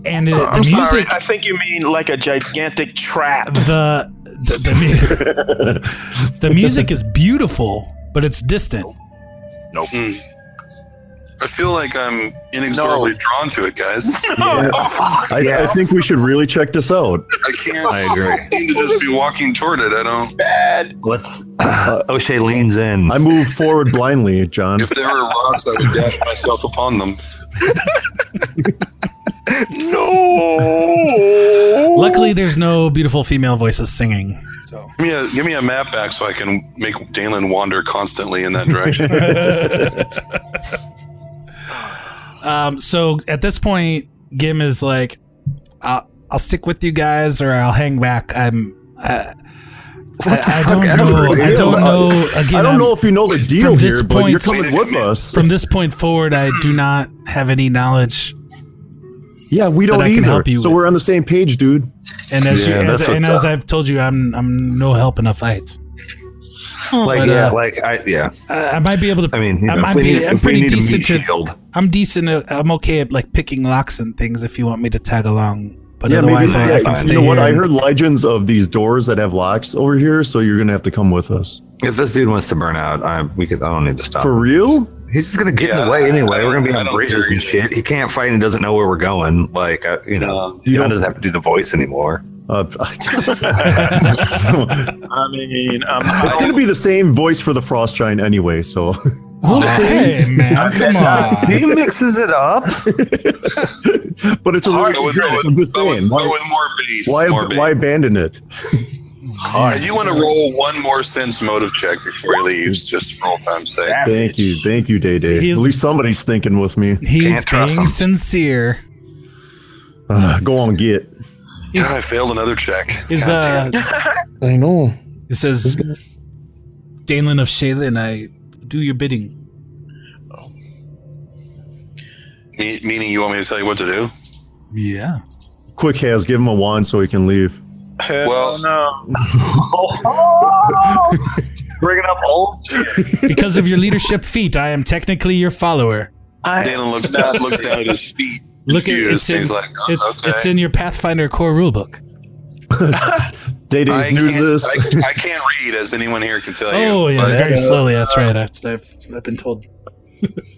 Speaker 4: and it,
Speaker 3: Oh, I'm
Speaker 4: the
Speaker 3: sorry.
Speaker 4: music
Speaker 3: I think you mean like a gigantic trap.
Speaker 4: the the, the, mu- the music is beautiful, but it's distant.
Speaker 5: I feel like I'm inexorably drawn to it, guys.
Speaker 1: I, I think we should really check this out.
Speaker 5: I can't I
Speaker 2: agree.
Speaker 5: seem to just be walking toward it. I don't.
Speaker 2: Let's. Uh, O'Shea leans in.
Speaker 1: I move forward blindly, John.
Speaker 5: If there were rocks, I would dash myself upon them.
Speaker 4: Luckily, there's no beautiful female voices singing.
Speaker 5: Give me a give me a map back so I can make Dalen wander constantly in that direction.
Speaker 4: Um, so at this point, Gim is like, I'll, "I'll stick with you guys, or I'll hang back." I'm. I, I, I don't know. I don't know. Again,
Speaker 1: Uh, I don't
Speaker 4: I'm-
Speaker 1: know if you know the deal
Speaker 4: from this
Speaker 1: here, but you're
Speaker 4: point-
Speaker 1: coming with us.
Speaker 4: From this point forward, I do not have any knowledge.
Speaker 1: Yeah, we don't
Speaker 4: I can
Speaker 1: either.
Speaker 4: help you
Speaker 1: so
Speaker 4: with.
Speaker 1: we're on the same page, dude.
Speaker 4: And as
Speaker 2: Yeah,
Speaker 4: you, as,
Speaker 2: that's
Speaker 4: and
Speaker 2: what's
Speaker 4: as I've told you, I'm I'm no help in a fight.
Speaker 2: Like
Speaker 7: But,
Speaker 2: yeah,
Speaker 7: uh,
Speaker 2: like I yeah.
Speaker 7: I, I might be able to.
Speaker 2: I mean, you
Speaker 7: I
Speaker 2: know,
Speaker 7: might
Speaker 2: if we
Speaker 7: be-
Speaker 2: need-
Speaker 7: I'm
Speaker 2: if we
Speaker 7: pretty
Speaker 2: need a meat
Speaker 7: decent to-
Speaker 2: shield.
Speaker 7: I'm decent.
Speaker 4: uh,
Speaker 7: At, I'm okay at like picking locks and things. If you want me to tag along, but
Speaker 1: Yeah, maybe-
Speaker 7: otherwise I, I
Speaker 1: yeah,
Speaker 7: can
Speaker 2: fine.
Speaker 7: stay
Speaker 1: You know what?
Speaker 7: here.
Speaker 1: I
Speaker 7: and-
Speaker 1: heard legends of these doors that have locks over here, so you're gonna have to come with us.
Speaker 2: If this dude wants to burn out, I we could. I don't need to stop.
Speaker 1: For
Speaker 2: him.
Speaker 1: real?
Speaker 2: He's just gonna get in
Speaker 5: Yeah,
Speaker 2: the way
Speaker 5: I
Speaker 2: anyway. We're gonna be
Speaker 5: don't- I
Speaker 2: on
Speaker 5: don't
Speaker 2: bridges
Speaker 5: care
Speaker 2: and shit. He can't fight and doesn't know where we're going. Like I, you know,
Speaker 5: No.
Speaker 2: John doesn't have to do the voice anymore.
Speaker 1: Uh,
Speaker 7: Oh.
Speaker 3: I mean, um,
Speaker 1: it's gonna be the same voice for the frost giant anyway. So
Speaker 7: Hey man, come on.
Speaker 2: he mixes it up.
Speaker 1: but it's a
Speaker 5: But
Speaker 1: really
Speaker 5: with,
Speaker 1: good.
Speaker 5: but
Speaker 1: I'm
Speaker 5: with,
Speaker 1: just
Speaker 5: but
Speaker 1: saying.
Speaker 5: with, but
Speaker 1: Why,
Speaker 5: with more bass.
Speaker 1: why,
Speaker 5: more bass.
Speaker 1: why abandon it?
Speaker 5: I do want to roll one more sense motive check before he leaves, just for old time's sake.
Speaker 1: Thank you, thank you, Day Day. At
Speaker 7: He's-
Speaker 1: least somebody's thinking with me.
Speaker 7: He's
Speaker 2: Can't trust
Speaker 7: being
Speaker 2: him.
Speaker 7: sincere.
Speaker 1: Uh, go on, get.
Speaker 5: God, I failed another check.
Speaker 4: Is uh,
Speaker 1: I know.
Speaker 4: it says, Dalen of Shaylin, I do your bidding.
Speaker 5: Me- meaning you want me to tell you what to do?
Speaker 4: Yeah.
Speaker 1: Quick has, give him a wand so he can leave.
Speaker 5: Well,
Speaker 2: Bringing up old.
Speaker 4: Because of your leadership feat, I am technically your follower.
Speaker 5: Dalen looks down, looks down at his feet.
Speaker 4: Look at
Speaker 5: confused.
Speaker 4: it's in,
Speaker 5: He's like, oh,
Speaker 4: it's,
Speaker 5: okay.
Speaker 4: it's in your Pathfinder core rulebook.
Speaker 1: Day
Speaker 5: I
Speaker 1: Day's new to
Speaker 5: can't,
Speaker 1: this.
Speaker 5: I, I can't read, as anyone here can tell you.
Speaker 4: Oh yeah,
Speaker 5: but
Speaker 4: very slowly. That's right. I've, I've, I've been told.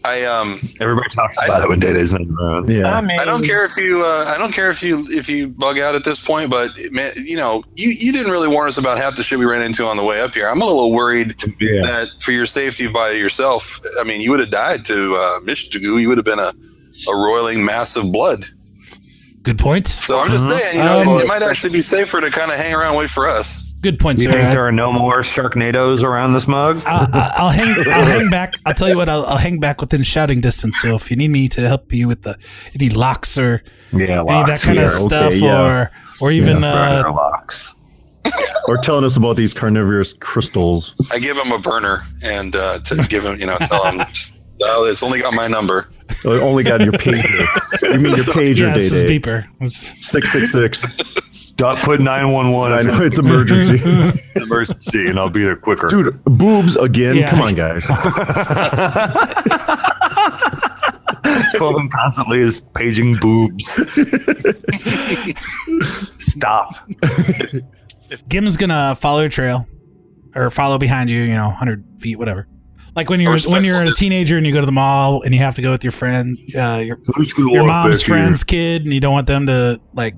Speaker 5: I um,
Speaker 2: Everybody talks about it when Day's not around.
Speaker 1: yeah.
Speaker 3: mean,
Speaker 5: I don't care if you, uh, I don't care if you, if you bug out at this point, but man, you know, you, you didn't really warn us about half the shit we ran into on the way up here. I'm a little worried
Speaker 2: Yeah.
Speaker 5: that for your safety by yourself. I mean, you would have died to uh, Mishtagu. You would have been a, a roiling mass of blood.
Speaker 4: Good point.
Speaker 5: So I'm just saying, you
Speaker 4: Um,
Speaker 5: know, it might actually be safer to kind of hang around and wait for us.
Speaker 4: Good point,
Speaker 2: Do you
Speaker 4: sir.
Speaker 2: think
Speaker 4: I-
Speaker 2: there are no more Sharknadoes around this mug?
Speaker 4: I'll, I'll I'll hang. I'll hang back. I'll tell you what. I'll, I'll hang back within shouting distance. So if you need me to help you with the any locks or
Speaker 2: Yeah,
Speaker 4: any of
Speaker 2: locks.
Speaker 4: that kind
Speaker 2: yeah.
Speaker 4: of stuff,
Speaker 1: yeah.
Speaker 4: or or even
Speaker 2: Burn
Speaker 4: uh,
Speaker 2: our locks.
Speaker 1: Or telling us about these carnivorous crystals.
Speaker 5: I give him a burner and uh, to give him, you know, tell him, oh, it's only got my number.
Speaker 1: I Oh, only got your pager. you mean your pager,
Speaker 4: yeah, this is
Speaker 1: Day Day?
Speaker 4: beeper. It's-
Speaker 1: Six six six.
Speaker 2: Dot put nine one one.
Speaker 1: I know it's emergency,
Speaker 2: emergency, and I'll be there quicker.
Speaker 1: dude. Boobs again.
Speaker 4: Yeah.
Speaker 1: Come on, guys.
Speaker 2: Colin constantly is paging boobs. Stop.
Speaker 4: Gim's gonna follow your trail, or follow behind you. You know, hundred feet, whatever. Like when you're when you're a
Speaker 5: Respectfulness.
Speaker 4: teenager and you go to the mall and you have to go with your friend, uh, your your mom's friend's kid, and you don't want them to like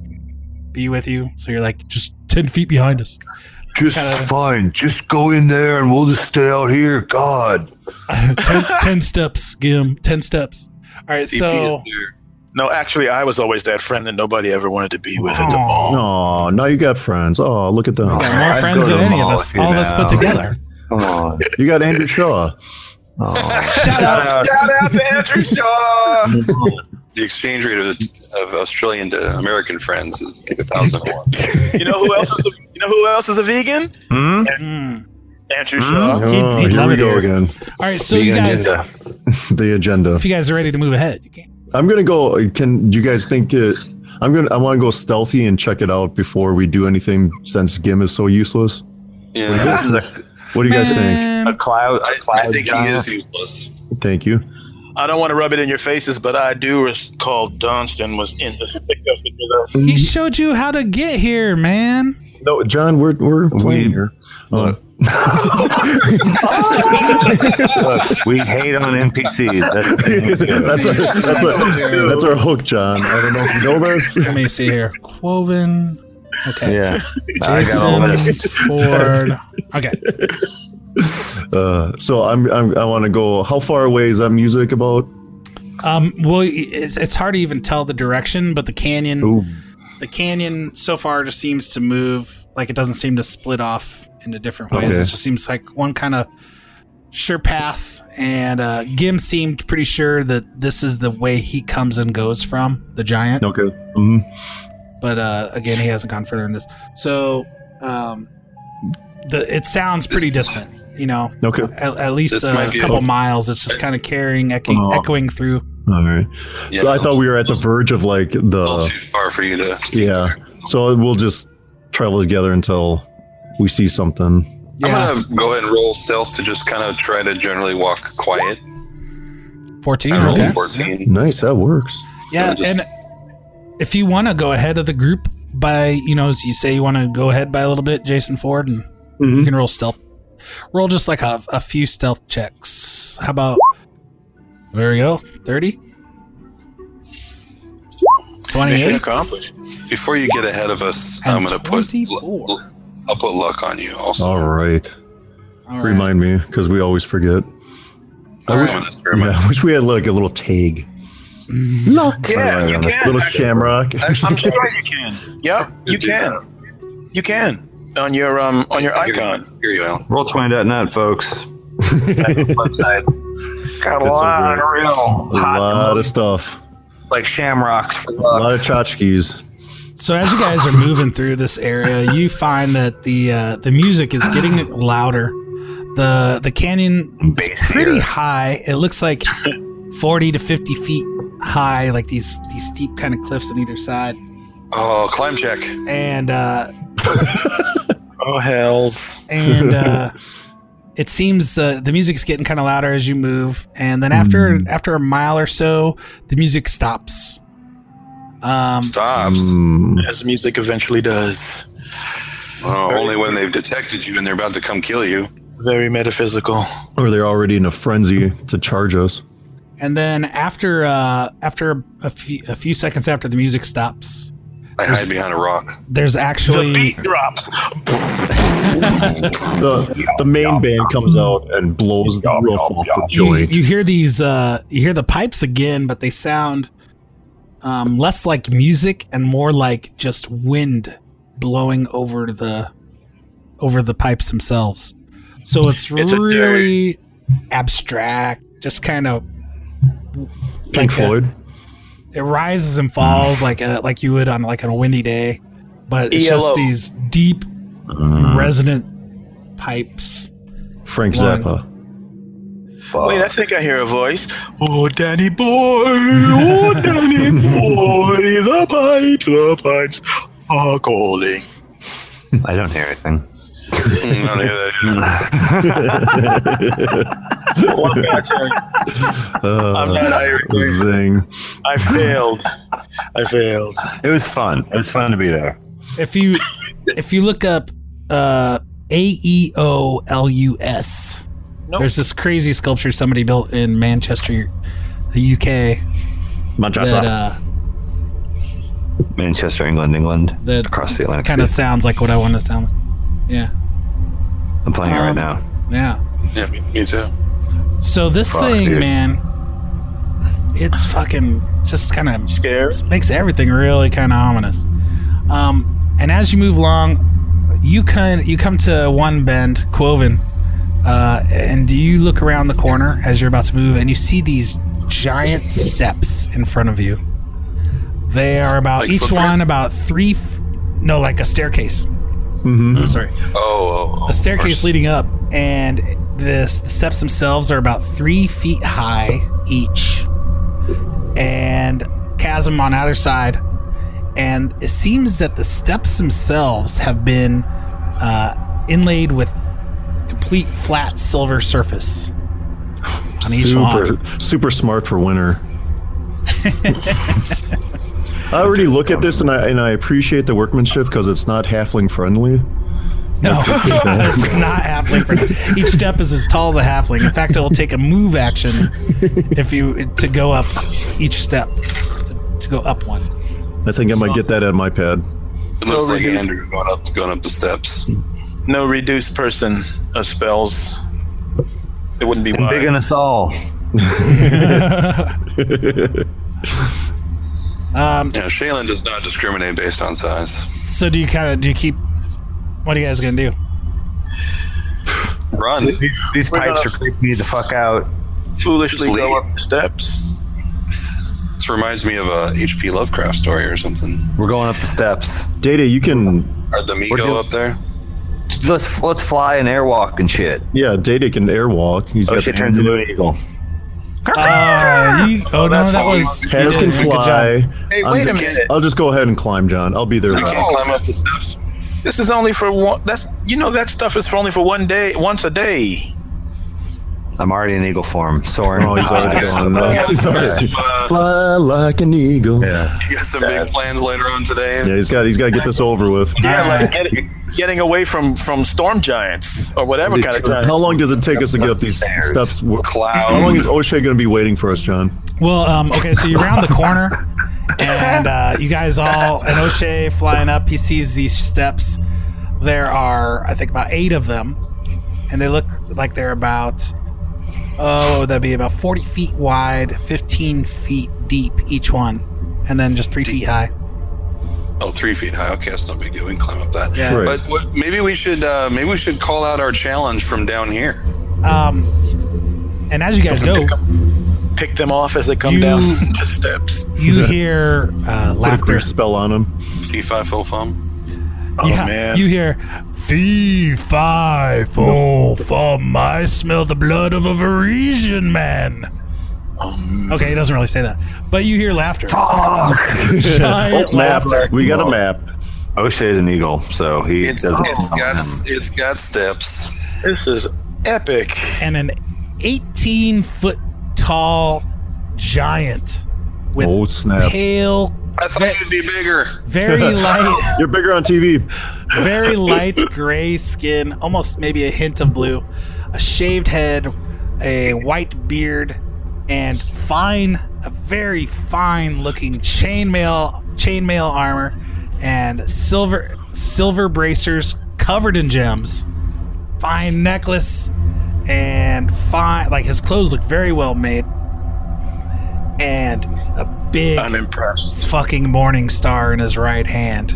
Speaker 4: be with you, so you're like just ten feet behind us.
Speaker 2: Just
Speaker 4: kinda-
Speaker 2: fine. Just go in there, and we'll just stay out here. God.
Speaker 4: ten, ten steps, Gim. Ten steps. All right,
Speaker 5: DP E is
Speaker 4: so
Speaker 5: there.
Speaker 3: no, actually, I was always that friend that nobody ever wanted to be with. at the
Speaker 4: Aw,
Speaker 1: Oh, now you got friends. Oh, look at them.
Speaker 4: got more
Speaker 2: I'd
Speaker 4: friends
Speaker 2: go to
Speaker 4: than
Speaker 2: the
Speaker 4: any of
Speaker 2: mall
Speaker 4: us.
Speaker 2: with you
Speaker 4: All of us put
Speaker 2: now.
Speaker 4: together.
Speaker 2: Come on.
Speaker 1: You got Andrew Shaw.
Speaker 2: Shout out.
Speaker 5: Shout out to Andrew Shaw. the exchange rate of, of Australian to American friends is like a thousand to one.
Speaker 3: You know who else is? A, you know who else is a vegan?
Speaker 2: Hmm?
Speaker 4: Mm.
Speaker 3: Andrew
Speaker 2: Hmm?
Speaker 3: Shaw.
Speaker 4: He'd-
Speaker 1: Oh,
Speaker 4: he'd
Speaker 1: here
Speaker 4: love
Speaker 1: we
Speaker 4: it
Speaker 1: go
Speaker 4: here.
Speaker 1: again.
Speaker 4: All right, so you
Speaker 2: Vegan
Speaker 4: guys,
Speaker 2: agenda.
Speaker 1: The agenda.
Speaker 4: if you guys are ready to move ahead, you can.
Speaker 1: I'm gonna go. Can you guys think it? I'm gonna. I want to go stealthy and check it out before we do anything, since Gim is so useless.
Speaker 5: Yeah.
Speaker 2: This is a,
Speaker 1: What do you guys think?
Speaker 2: a cloud.
Speaker 5: I,
Speaker 2: A cloud
Speaker 5: I think he
Speaker 2: giant.
Speaker 5: is useless.
Speaker 1: Thank you.
Speaker 3: I don't want to rub it in your faces, but I do recall Dunstan was in the thick of it with us.
Speaker 4: He showed you how to get here, man.
Speaker 1: No, John, we're we're playing here. Uh,
Speaker 2: Look, we hate on NPCs. That's the thing we do.
Speaker 1: that's our that's our that's our hook, John. I don't know if you know this.
Speaker 4: Let me see here. Quoven,
Speaker 2: yeah. I got all
Speaker 4: Jason,
Speaker 2: this.
Speaker 4: Ford. Okay,
Speaker 1: Uh, so I'm, I'm I want to go. How far away is that music about?
Speaker 4: um, well, it's, it's hard to even tell the direction, but the canyon,
Speaker 2: Ooh.
Speaker 4: the canyon, so far just seems to move. Like it doesn't seem to split off into different ways.
Speaker 1: Okay.
Speaker 4: It just seems like one kind of sure path. And uh, Gim seemed pretty sure that this is the way he comes and goes from the giant.
Speaker 1: Okay. hmm
Speaker 4: but uh, again, he hasn't gone further in this. So, um, the it sounds pretty distant, you know,
Speaker 1: Okay.
Speaker 4: at, at least
Speaker 5: This
Speaker 4: a
Speaker 5: might be a-
Speaker 4: couple miles. It's just kind of carrying, echoing,
Speaker 1: Oh.
Speaker 4: echoing through.
Speaker 1: All right.
Speaker 5: Yeah.
Speaker 1: So I thought we were at the verge of like
Speaker 5: a little
Speaker 1: the
Speaker 5: too far for you to.
Speaker 1: yeah. So we'll just travel together until we see something.
Speaker 4: Yeah.
Speaker 5: I'm gonna go ahead and roll stealth to just kind of try to generally walk quiet.
Speaker 4: 14.
Speaker 5: I rolled
Speaker 4: Okay.
Speaker 5: a 14.
Speaker 1: Nice, that works.
Speaker 4: Yeah,
Speaker 5: Yeah, just-
Speaker 4: and if you want to go ahead of the group by, you know, as you say you want to go ahead by a little bit, Jason Ford, and you can roll stealth. Roll just like a, a few stealth checks. How about. There we go. 30? 28?
Speaker 3: Mission accomplished.
Speaker 5: Before you get ahead of us, I'm
Speaker 4: And
Speaker 5: gonna put
Speaker 4: 24.
Speaker 5: l- l- I'll put luck on you also.
Speaker 1: All right.
Speaker 4: All right.
Speaker 1: Remind me, because we always forget.
Speaker 5: That's what I'm gonna experiment.
Speaker 1: Yeah, I wish we had like a little tag. Look.
Speaker 3: Yeah, you can.
Speaker 1: Little shamrock.
Speaker 3: I'm sure you can. Yep, you
Speaker 5: Do that.
Speaker 3: can. You can on your um on your
Speaker 5: Here you-
Speaker 3: icon.
Speaker 5: uh, Here you go.
Speaker 2: Roll20.net, folks. website. Got a
Speaker 1: It's a
Speaker 2: lot of real
Speaker 1: A
Speaker 2: hot,
Speaker 1: lot of
Speaker 2: emoji,
Speaker 1: stuff.
Speaker 2: like shamrocks for
Speaker 1: A
Speaker 2: luck.
Speaker 1: lot of tchotchkes.
Speaker 4: So as you guys are moving through this area, you find that the uh, the music is getting louder. the The canyon is
Speaker 2: Bassier.
Speaker 4: pretty high. It looks like forty to fifty feet high, like these these steep kind of cliffs on either side.
Speaker 5: Oh, climb check.
Speaker 4: And uh,
Speaker 3: Oh hells!
Speaker 4: and uh, it seems uh, the music's getting kind of louder as you move. And then after after a mile or so, the music stops. Um,
Speaker 5: Stops.
Speaker 1: Mm,
Speaker 3: As music eventually does.
Speaker 5: Oh, only when they've detected you and they're about to come kill you.
Speaker 3: Very metaphysical.
Speaker 1: or they're already in a frenzy to charge us.
Speaker 4: and then after uh, after a few, a few seconds after the music stops,
Speaker 5: I hide behind a rock.
Speaker 4: there's actually
Speaker 3: drops.
Speaker 1: The, the main band comes out and blows the roof off the
Speaker 4: you,
Speaker 1: joint.
Speaker 4: you hear these uh you hear the pipes again but they sound um less like music and more like just wind blowing over the over the pipes themselves so it's,
Speaker 5: It's a
Speaker 4: really abstract just kind of
Speaker 1: Pink
Speaker 4: a-
Speaker 1: Floyd.
Speaker 4: it rises and falls like a, like you would on like on a windy day but
Speaker 5: E
Speaker 4: it's
Speaker 3: ELO.
Speaker 4: just these deep
Speaker 5: Uh-huh.
Speaker 4: resonant pipes
Speaker 1: Frank
Speaker 4: One.
Speaker 1: Zappa.
Speaker 3: Wait, I think I hear a voice. Oh, Danny boy, oh, Danny boy, the pipes, the pipes are calling.
Speaker 2: I don't hear anything.
Speaker 5: I don't hear that either.
Speaker 3: What can I tell you? I'm not Irish.
Speaker 1: Zing.
Speaker 3: I failed. I failed.
Speaker 2: It was fun. It was fun to be there.
Speaker 4: if you if you look up uh A E O L U S,
Speaker 3: Nope.
Speaker 4: there's this crazy sculpture somebody built in Manchester, UK.
Speaker 1: Manchester.
Speaker 4: That uh,
Speaker 2: Manchester, England, England,
Speaker 4: That
Speaker 2: across the Atlantic.
Speaker 4: kind of
Speaker 2: Sea.
Speaker 4: sounds like what I want to sound like. Yeah,
Speaker 2: I'm playing it
Speaker 4: um,
Speaker 2: right now.
Speaker 4: yeah.
Speaker 5: Yeah, me- me too.
Speaker 4: So this
Speaker 2: Fuck,
Speaker 4: thing,
Speaker 2: dude.
Speaker 4: man, it's fucking just kind of
Speaker 3: Scared?
Speaker 4: makes everything really kind of ominous. Um, and as you move along, you can you come to one bend, Quoven, uh, and you look around the corner as you're about to move, and you see these giant steps in front of you. They are about
Speaker 5: Like
Speaker 4: each
Speaker 5: footprints?
Speaker 4: one about three, f- no, like a staircase. I'm sorry,
Speaker 5: Oh, oh, oh,
Speaker 4: a staircase
Speaker 5: of
Speaker 4: leading up, and this the steps themselves are about three feet high each, and chasm on either side, and it seems that the steps themselves have been uh, inlaid with complete flat silver surface on each
Speaker 1: super,
Speaker 4: one.
Speaker 1: super smart for winter. I already look at this and I and I appreciate the workmanship because it's not halfling friendly.
Speaker 4: No, it's not halfling. For, each step is as tall as a halfling. In fact, it'll take a move action if you to go up each step to go up one.
Speaker 1: I think I might get that on my pad.
Speaker 5: course. It looks
Speaker 3: So
Speaker 5: like
Speaker 3: reduced.
Speaker 5: Andrew going up, going up the steps.
Speaker 3: No reduced person of spells. It wouldn't be
Speaker 2: And
Speaker 3: wise.
Speaker 2: big in us all.
Speaker 5: Yeah, Shaylin does not discriminate based on size.
Speaker 4: So do you kind of do you keep? What are you guys gonna do?
Speaker 5: Run.
Speaker 2: These, these
Speaker 3: We're
Speaker 2: pipes
Speaker 3: gonna-
Speaker 2: are creeping me the fuck out.
Speaker 3: foolishly
Speaker 5: Leave.
Speaker 3: go up the steps.
Speaker 5: This reminds me of a H.P. Lovecraft story or something.
Speaker 2: We're going up the steps.
Speaker 1: Data, you can
Speaker 5: Are the
Speaker 2: We're
Speaker 5: Migo
Speaker 2: doing-
Speaker 5: up there?
Speaker 2: Let's let's fly and airwalk and shit.
Speaker 1: yeah, Data can airwalk. He's
Speaker 2: Oh
Speaker 1: got
Speaker 2: shit!
Speaker 1: the-
Speaker 2: Turns into an eagle.
Speaker 4: Uh, you- oh no,
Speaker 3: that's
Speaker 4: that
Speaker 3: all
Speaker 4: was
Speaker 3: you
Speaker 1: Hands
Speaker 4: you
Speaker 1: can
Speaker 4: did a good job.
Speaker 1: fly.
Speaker 3: Hey,
Speaker 1: I'm
Speaker 3: wait a
Speaker 1: the-
Speaker 3: minute.
Speaker 1: I'll just go ahead and climb, John. I'll be there.
Speaker 5: You
Speaker 1: live.
Speaker 5: can't climb up the steps.
Speaker 3: This is only for one. That's you know that stuff is for only for one day, once a day.
Speaker 2: I'm already in eagle form. Soaring.
Speaker 1: Oh, he's already going.
Speaker 2: Yeah.
Speaker 1: uh, sorry.
Speaker 5: Uh,
Speaker 1: Fly like an eagle. Yeah.
Speaker 2: Yeah.
Speaker 5: you got some big plans later on today.
Speaker 1: he's got he's got to get this over with.
Speaker 3: Yeah, like getting, getting away from from storm giants or whatever kind of giants.
Speaker 1: How long does it take us to get up these
Speaker 2: Upstairs.
Speaker 1: steps? How long
Speaker 5: Cloud.
Speaker 1: is O'Shea going to be waiting for us, John?
Speaker 4: Well, um, okay, so you round the corner, and uh, you guys all and O'Shea flying up. He sees these steps. There are, I think, about eight of them, and they look like they're about oh, what would that be? About forty feet wide, fifteen feet deep each one, and then just three feet high.
Speaker 5: Oh, three feet high. Okay, that's no big deal. We can climb up that.
Speaker 4: Yeah.
Speaker 1: Right.
Speaker 5: But what, maybe we should uh, maybe we should call out our challenge from down here.
Speaker 4: Um, and as you guys go,
Speaker 3: Pick, 'em- pick them off as they come
Speaker 4: You-
Speaker 3: down the steps.
Speaker 4: you hear uh,
Speaker 1: Put a
Speaker 4: laughter.
Speaker 1: grease spell on him.
Speaker 5: Fee fi fo fum.
Speaker 4: yeah,
Speaker 3: man.
Speaker 4: you hear fee fi fo fum. I smell the blood of a Varisian man. okay, he doesn't really say that, but you hear laughter. Giant laughter.
Speaker 1: We got a map.
Speaker 2: O'Shea's an eagle, so he
Speaker 5: It's
Speaker 2: doesn't.
Speaker 5: it's got it's got steps.
Speaker 3: This is epic.
Speaker 4: and an 18 foot tall giant with
Speaker 1: Oh snap!
Speaker 4: pale,
Speaker 5: I thought it'd be bigger.
Speaker 4: very light,
Speaker 1: You're bigger on TV.
Speaker 4: very light gray skin, almost maybe a hint of blue, a shaved head, a white beard, and fine, a very fine looking chainmail chainmail armor and silver silver bracers covered in gems, fine necklace, and fine like his clothes look very well made, and a big
Speaker 3: I'm impressed.
Speaker 4: fucking morning star in his right hand.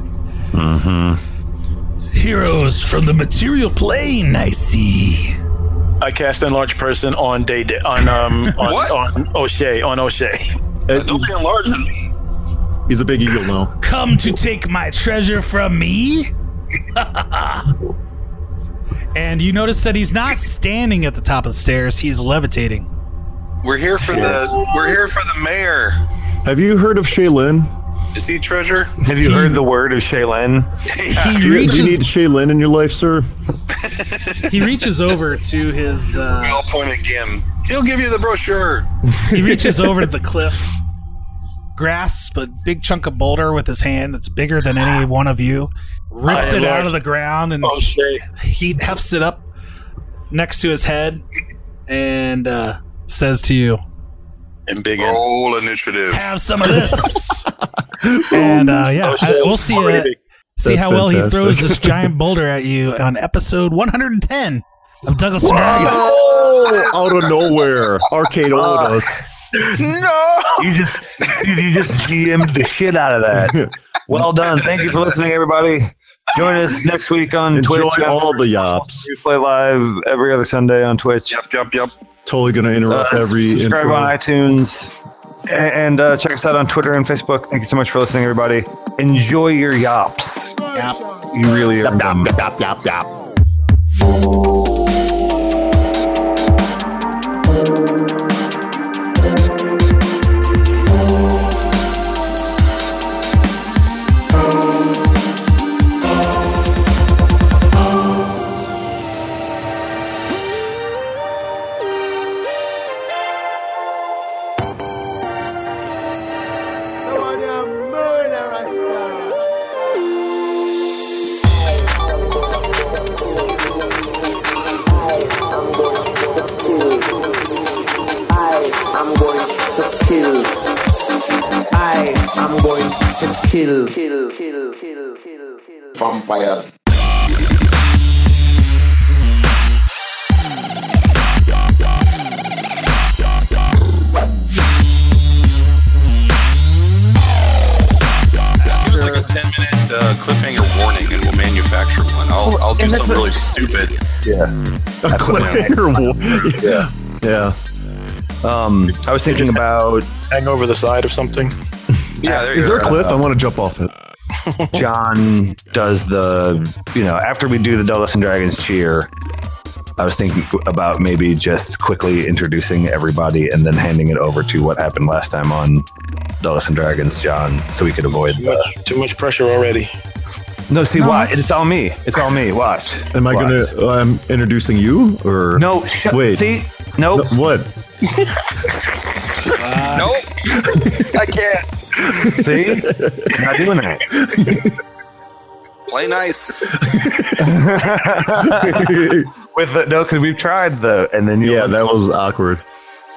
Speaker 4: Heroes from the material plane, I see.
Speaker 3: I cast enlarge person on day day on um on,
Speaker 5: What?
Speaker 3: on O'Shea on O'Shea.
Speaker 1: Uh,
Speaker 5: Don't be enlarging me.
Speaker 1: He's a big eagle now.
Speaker 4: Come to take my treasure from me? and you notice that he's not standing at the top of the stairs, he's levitating.
Speaker 5: We're here for the we're here for the mayor.
Speaker 1: Have you heard of Shaylin?
Speaker 5: Is he treasure?
Speaker 2: Have you heard the word of Shaylin?
Speaker 4: He
Speaker 1: Do you, do you need
Speaker 4: reaches
Speaker 1: Shaylin in your life, sir?
Speaker 8: He reaches over to his. Uh,
Speaker 5: I'll point at Gim. He'll give you the brochure.
Speaker 8: he reaches over to the cliff.
Speaker 4: grasps a big chunk of boulder with his hand that's bigger than any one of you, rips
Speaker 3: Aye,
Speaker 4: it out
Speaker 3: Lord.
Speaker 4: of the ground
Speaker 5: Oh,
Speaker 4: and
Speaker 3: O'Shea.
Speaker 4: he hefts it up next to his head and uh, says to you,
Speaker 3: And big in.
Speaker 5: Roll initiative.
Speaker 4: "Have some of this." and uh, yeah, I- we'll see uh, see
Speaker 1: Oh, That's
Speaker 4: how well he
Speaker 1: fantastic.
Speaker 4: throws this giant boulder at you on episode 110 of Douglas and Dragons.
Speaker 1: Oh, out of nowhere,
Speaker 2: Uh,
Speaker 1: Arcade owed us.
Speaker 2: You just dude, you just GM'd the shit out of that. Well done. Thank you for listening, everybody. Join us next week on
Speaker 1: Enjoy
Speaker 2: Twitch.
Speaker 1: all the yops.
Speaker 2: We play live every other Sunday on Twitch.
Speaker 5: Yep, yep, yep.
Speaker 1: Totally gonna
Speaker 2: Uh,
Speaker 1: interrupt every
Speaker 2: subscribe
Speaker 1: intro.
Speaker 2: on iTunes a- and uh, check us out on Twitter and Facebook. Thank you so much for listening, everybody. Enjoy your yops. You really are.
Speaker 9: I'm going to kill. I am going to kill. Kill, kill, kill, kill, kill.
Speaker 10: vampires.
Speaker 5: Just give us like a ten minute uh, cliffhanger warning, and we'll manufacture one. I'll I'll do something really stupid.
Speaker 1: A cliffhanger wall. Yeah. Yeah.
Speaker 2: Um, I was thinking about
Speaker 3: Hang over the side of something.
Speaker 5: Yeah, there you
Speaker 1: Is there a
Speaker 5: go.
Speaker 1: cliff? I want to jump off it.
Speaker 2: John does the, you know, after we do the Dulles and Dragons cheer, I was thinking about maybe just quickly introducing everybody and then handing it over to what happened last time on Dulles and Dragons, John, so we could avoid.
Speaker 3: Too much, too much pressure already.
Speaker 2: No, see,
Speaker 4: No,
Speaker 2: why?
Speaker 4: it's-
Speaker 2: It's all me. It's all me. Watch.
Speaker 1: Am I
Speaker 2: Watch.
Speaker 1: gonna? uh, I'm introducing you, or
Speaker 2: No, shut.
Speaker 1: Wait.
Speaker 2: See,
Speaker 1: No,
Speaker 2: nope.
Speaker 1: what?
Speaker 5: Nope. I can't.
Speaker 2: See, not doing that.
Speaker 5: Play nice.
Speaker 2: With the, no, because we've tried the, and then you
Speaker 1: yeah, that was awkward.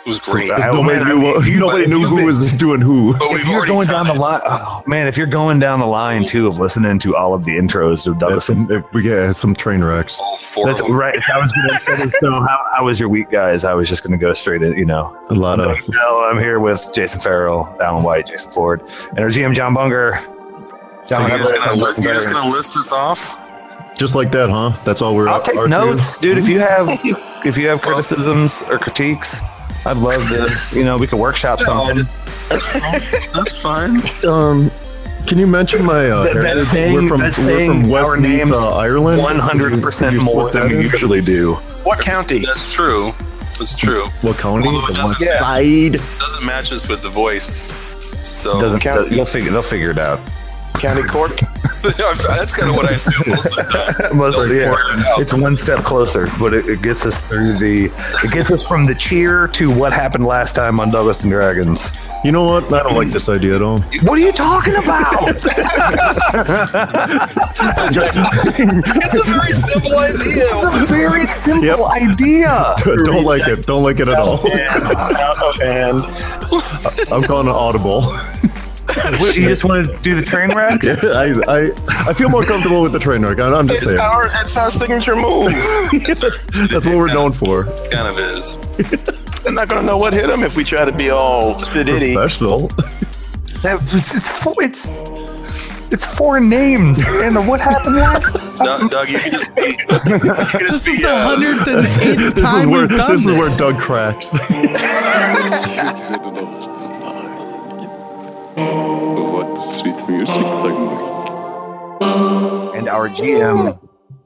Speaker 5: It was great.
Speaker 2: I-
Speaker 1: nobody
Speaker 2: man, I
Speaker 1: knew.
Speaker 2: mean,
Speaker 1: What,
Speaker 2: you-
Speaker 1: nobody knew
Speaker 2: you've
Speaker 1: who
Speaker 2: been-
Speaker 1: was doing who.
Speaker 5: But
Speaker 2: If
Speaker 5: we've
Speaker 2: you're
Speaker 5: already
Speaker 2: going
Speaker 5: done
Speaker 2: down the line, oh man, if you're going down the line too of listening to all of the intros of Douglas,
Speaker 1: That's some. We got some train wrecks.
Speaker 5: all four
Speaker 2: that's
Speaker 5: of them.
Speaker 2: right. So I was gonna say, so how, how was your week, guys? I was just gonna go straight in, you know.
Speaker 1: A lot of.
Speaker 2: No, I'm here with Jason Farrell, Alan White, Jason Ford, and our GM John Bunger.
Speaker 5: So
Speaker 2: John
Speaker 5: you're,
Speaker 2: Hubbard,
Speaker 5: just gonna
Speaker 2: Tom
Speaker 5: list, you're just
Speaker 2: Buckenberry.
Speaker 5: gonna list us off?
Speaker 1: Just like that, huh? That's all we're.
Speaker 2: I'll take
Speaker 1: are
Speaker 2: notes, dude. If you have if you have criticisms or critiques, I'd love to. You know, we could workshop something.
Speaker 5: That's fine.
Speaker 1: you? Um, can you mention my? Uh,
Speaker 2: That- that
Speaker 1: heritage?
Speaker 2: saying-
Speaker 1: we're from,
Speaker 2: that
Speaker 1: we're
Speaker 2: saying
Speaker 1: from
Speaker 2: our
Speaker 1: Westmeath,
Speaker 2: names
Speaker 1: uh, Ireland.
Speaker 2: One hundred
Speaker 1: Could
Speaker 2: percent
Speaker 1: you
Speaker 2: more
Speaker 1: slip that
Speaker 2: than we
Speaker 1: in?
Speaker 2: usually do.
Speaker 3: What county?
Speaker 5: That's true. That's true.
Speaker 1: What county?
Speaker 5: Although it
Speaker 1: The one
Speaker 5: doesn't- yeah.
Speaker 1: side.
Speaker 5: Doesn't match us with the voice. So
Speaker 2: Doesn't
Speaker 3: count.
Speaker 2: They'll figure. They'll figure it out.
Speaker 3: County Cork.
Speaker 5: that's kind of what I assume uh, most of the time.
Speaker 2: Most
Speaker 5: They'll
Speaker 2: of- yeah.
Speaker 5: figure it out.
Speaker 2: It's one step closer, but it, it gets us through the. It gets us from the cheer to what happened last time on Douglas and Dragons.
Speaker 1: You know what? I don't like this idea at all.
Speaker 2: What are you talking about?
Speaker 5: It's a very simple idea.
Speaker 2: It's a very simple
Speaker 1: Yep.
Speaker 2: idea.
Speaker 1: don't like it. Don't like it at all.
Speaker 2: uh, and
Speaker 1: I'm calling it audible.
Speaker 2: you just want to do the train wreck?
Speaker 1: Yeah, I, I, I feel more comfortable with the train wreck. I- I'm just
Speaker 3: It's
Speaker 1: saying.
Speaker 3: our, it's our signature move.
Speaker 1: That's what we're known for.
Speaker 5: It kind of is.
Speaker 3: They're not gonna know what hit them if we try to be all city.
Speaker 1: Professional.
Speaker 2: That, it's, it's four. It's it's four names. And what happened last?
Speaker 5: Doug, Doug you can just be. you can just
Speaker 4: This is
Speaker 5: be,
Speaker 4: the
Speaker 5: uh,
Speaker 4: hundredth and eighth
Speaker 1: This is
Speaker 4: time
Speaker 1: where
Speaker 4: we've done
Speaker 1: this
Speaker 4: this.
Speaker 1: is where Doug cracks.
Speaker 10: What sweet music, Dagmar.
Speaker 2: And our GM,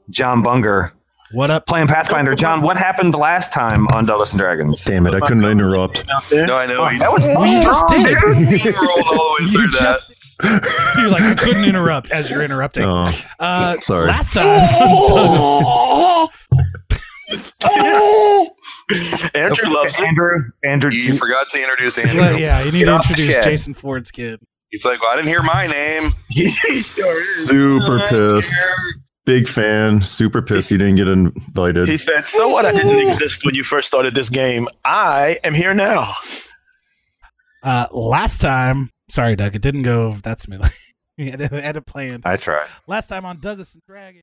Speaker 2: John Bunger,
Speaker 8: What up?
Speaker 2: playing Pathfinder. John, what happened last time on Douglas and Dragons?
Speaker 1: Damn it! I couldn't interrupt.
Speaker 5: No, I know.
Speaker 2: That was
Speaker 1: Oh,
Speaker 4: We just
Speaker 2: strong,
Speaker 4: did.
Speaker 2: dude.
Speaker 5: You rolled all the way through
Speaker 4: You just you're like I couldn't interrupt as you're interrupting.
Speaker 1: Oh,
Speaker 4: uh,
Speaker 1: sorry. Oh.
Speaker 4: Last time, Doug's-
Speaker 3: Andrew loves it.
Speaker 2: Andrew. Andrew.
Speaker 5: that. You forgot to introduce Andrew.
Speaker 4: Well, yeah, you need
Speaker 2: Get
Speaker 4: to
Speaker 2: off the
Speaker 4: introduce
Speaker 2: shed.
Speaker 4: Jason Ford's kid.
Speaker 5: He's like, well, I didn't hear my name.
Speaker 1: Super pissed. Big fan. Super pissed. You didn't get
Speaker 3: He
Speaker 1: invited.
Speaker 3: said, "So what? I didn't exist when you first started this game. I am here now."
Speaker 4: Uh, last time, sorry, Doug, it didn't go that smoothly. we had to, had to plan.
Speaker 2: I tried.
Speaker 4: Last time on Douglas and Dragon.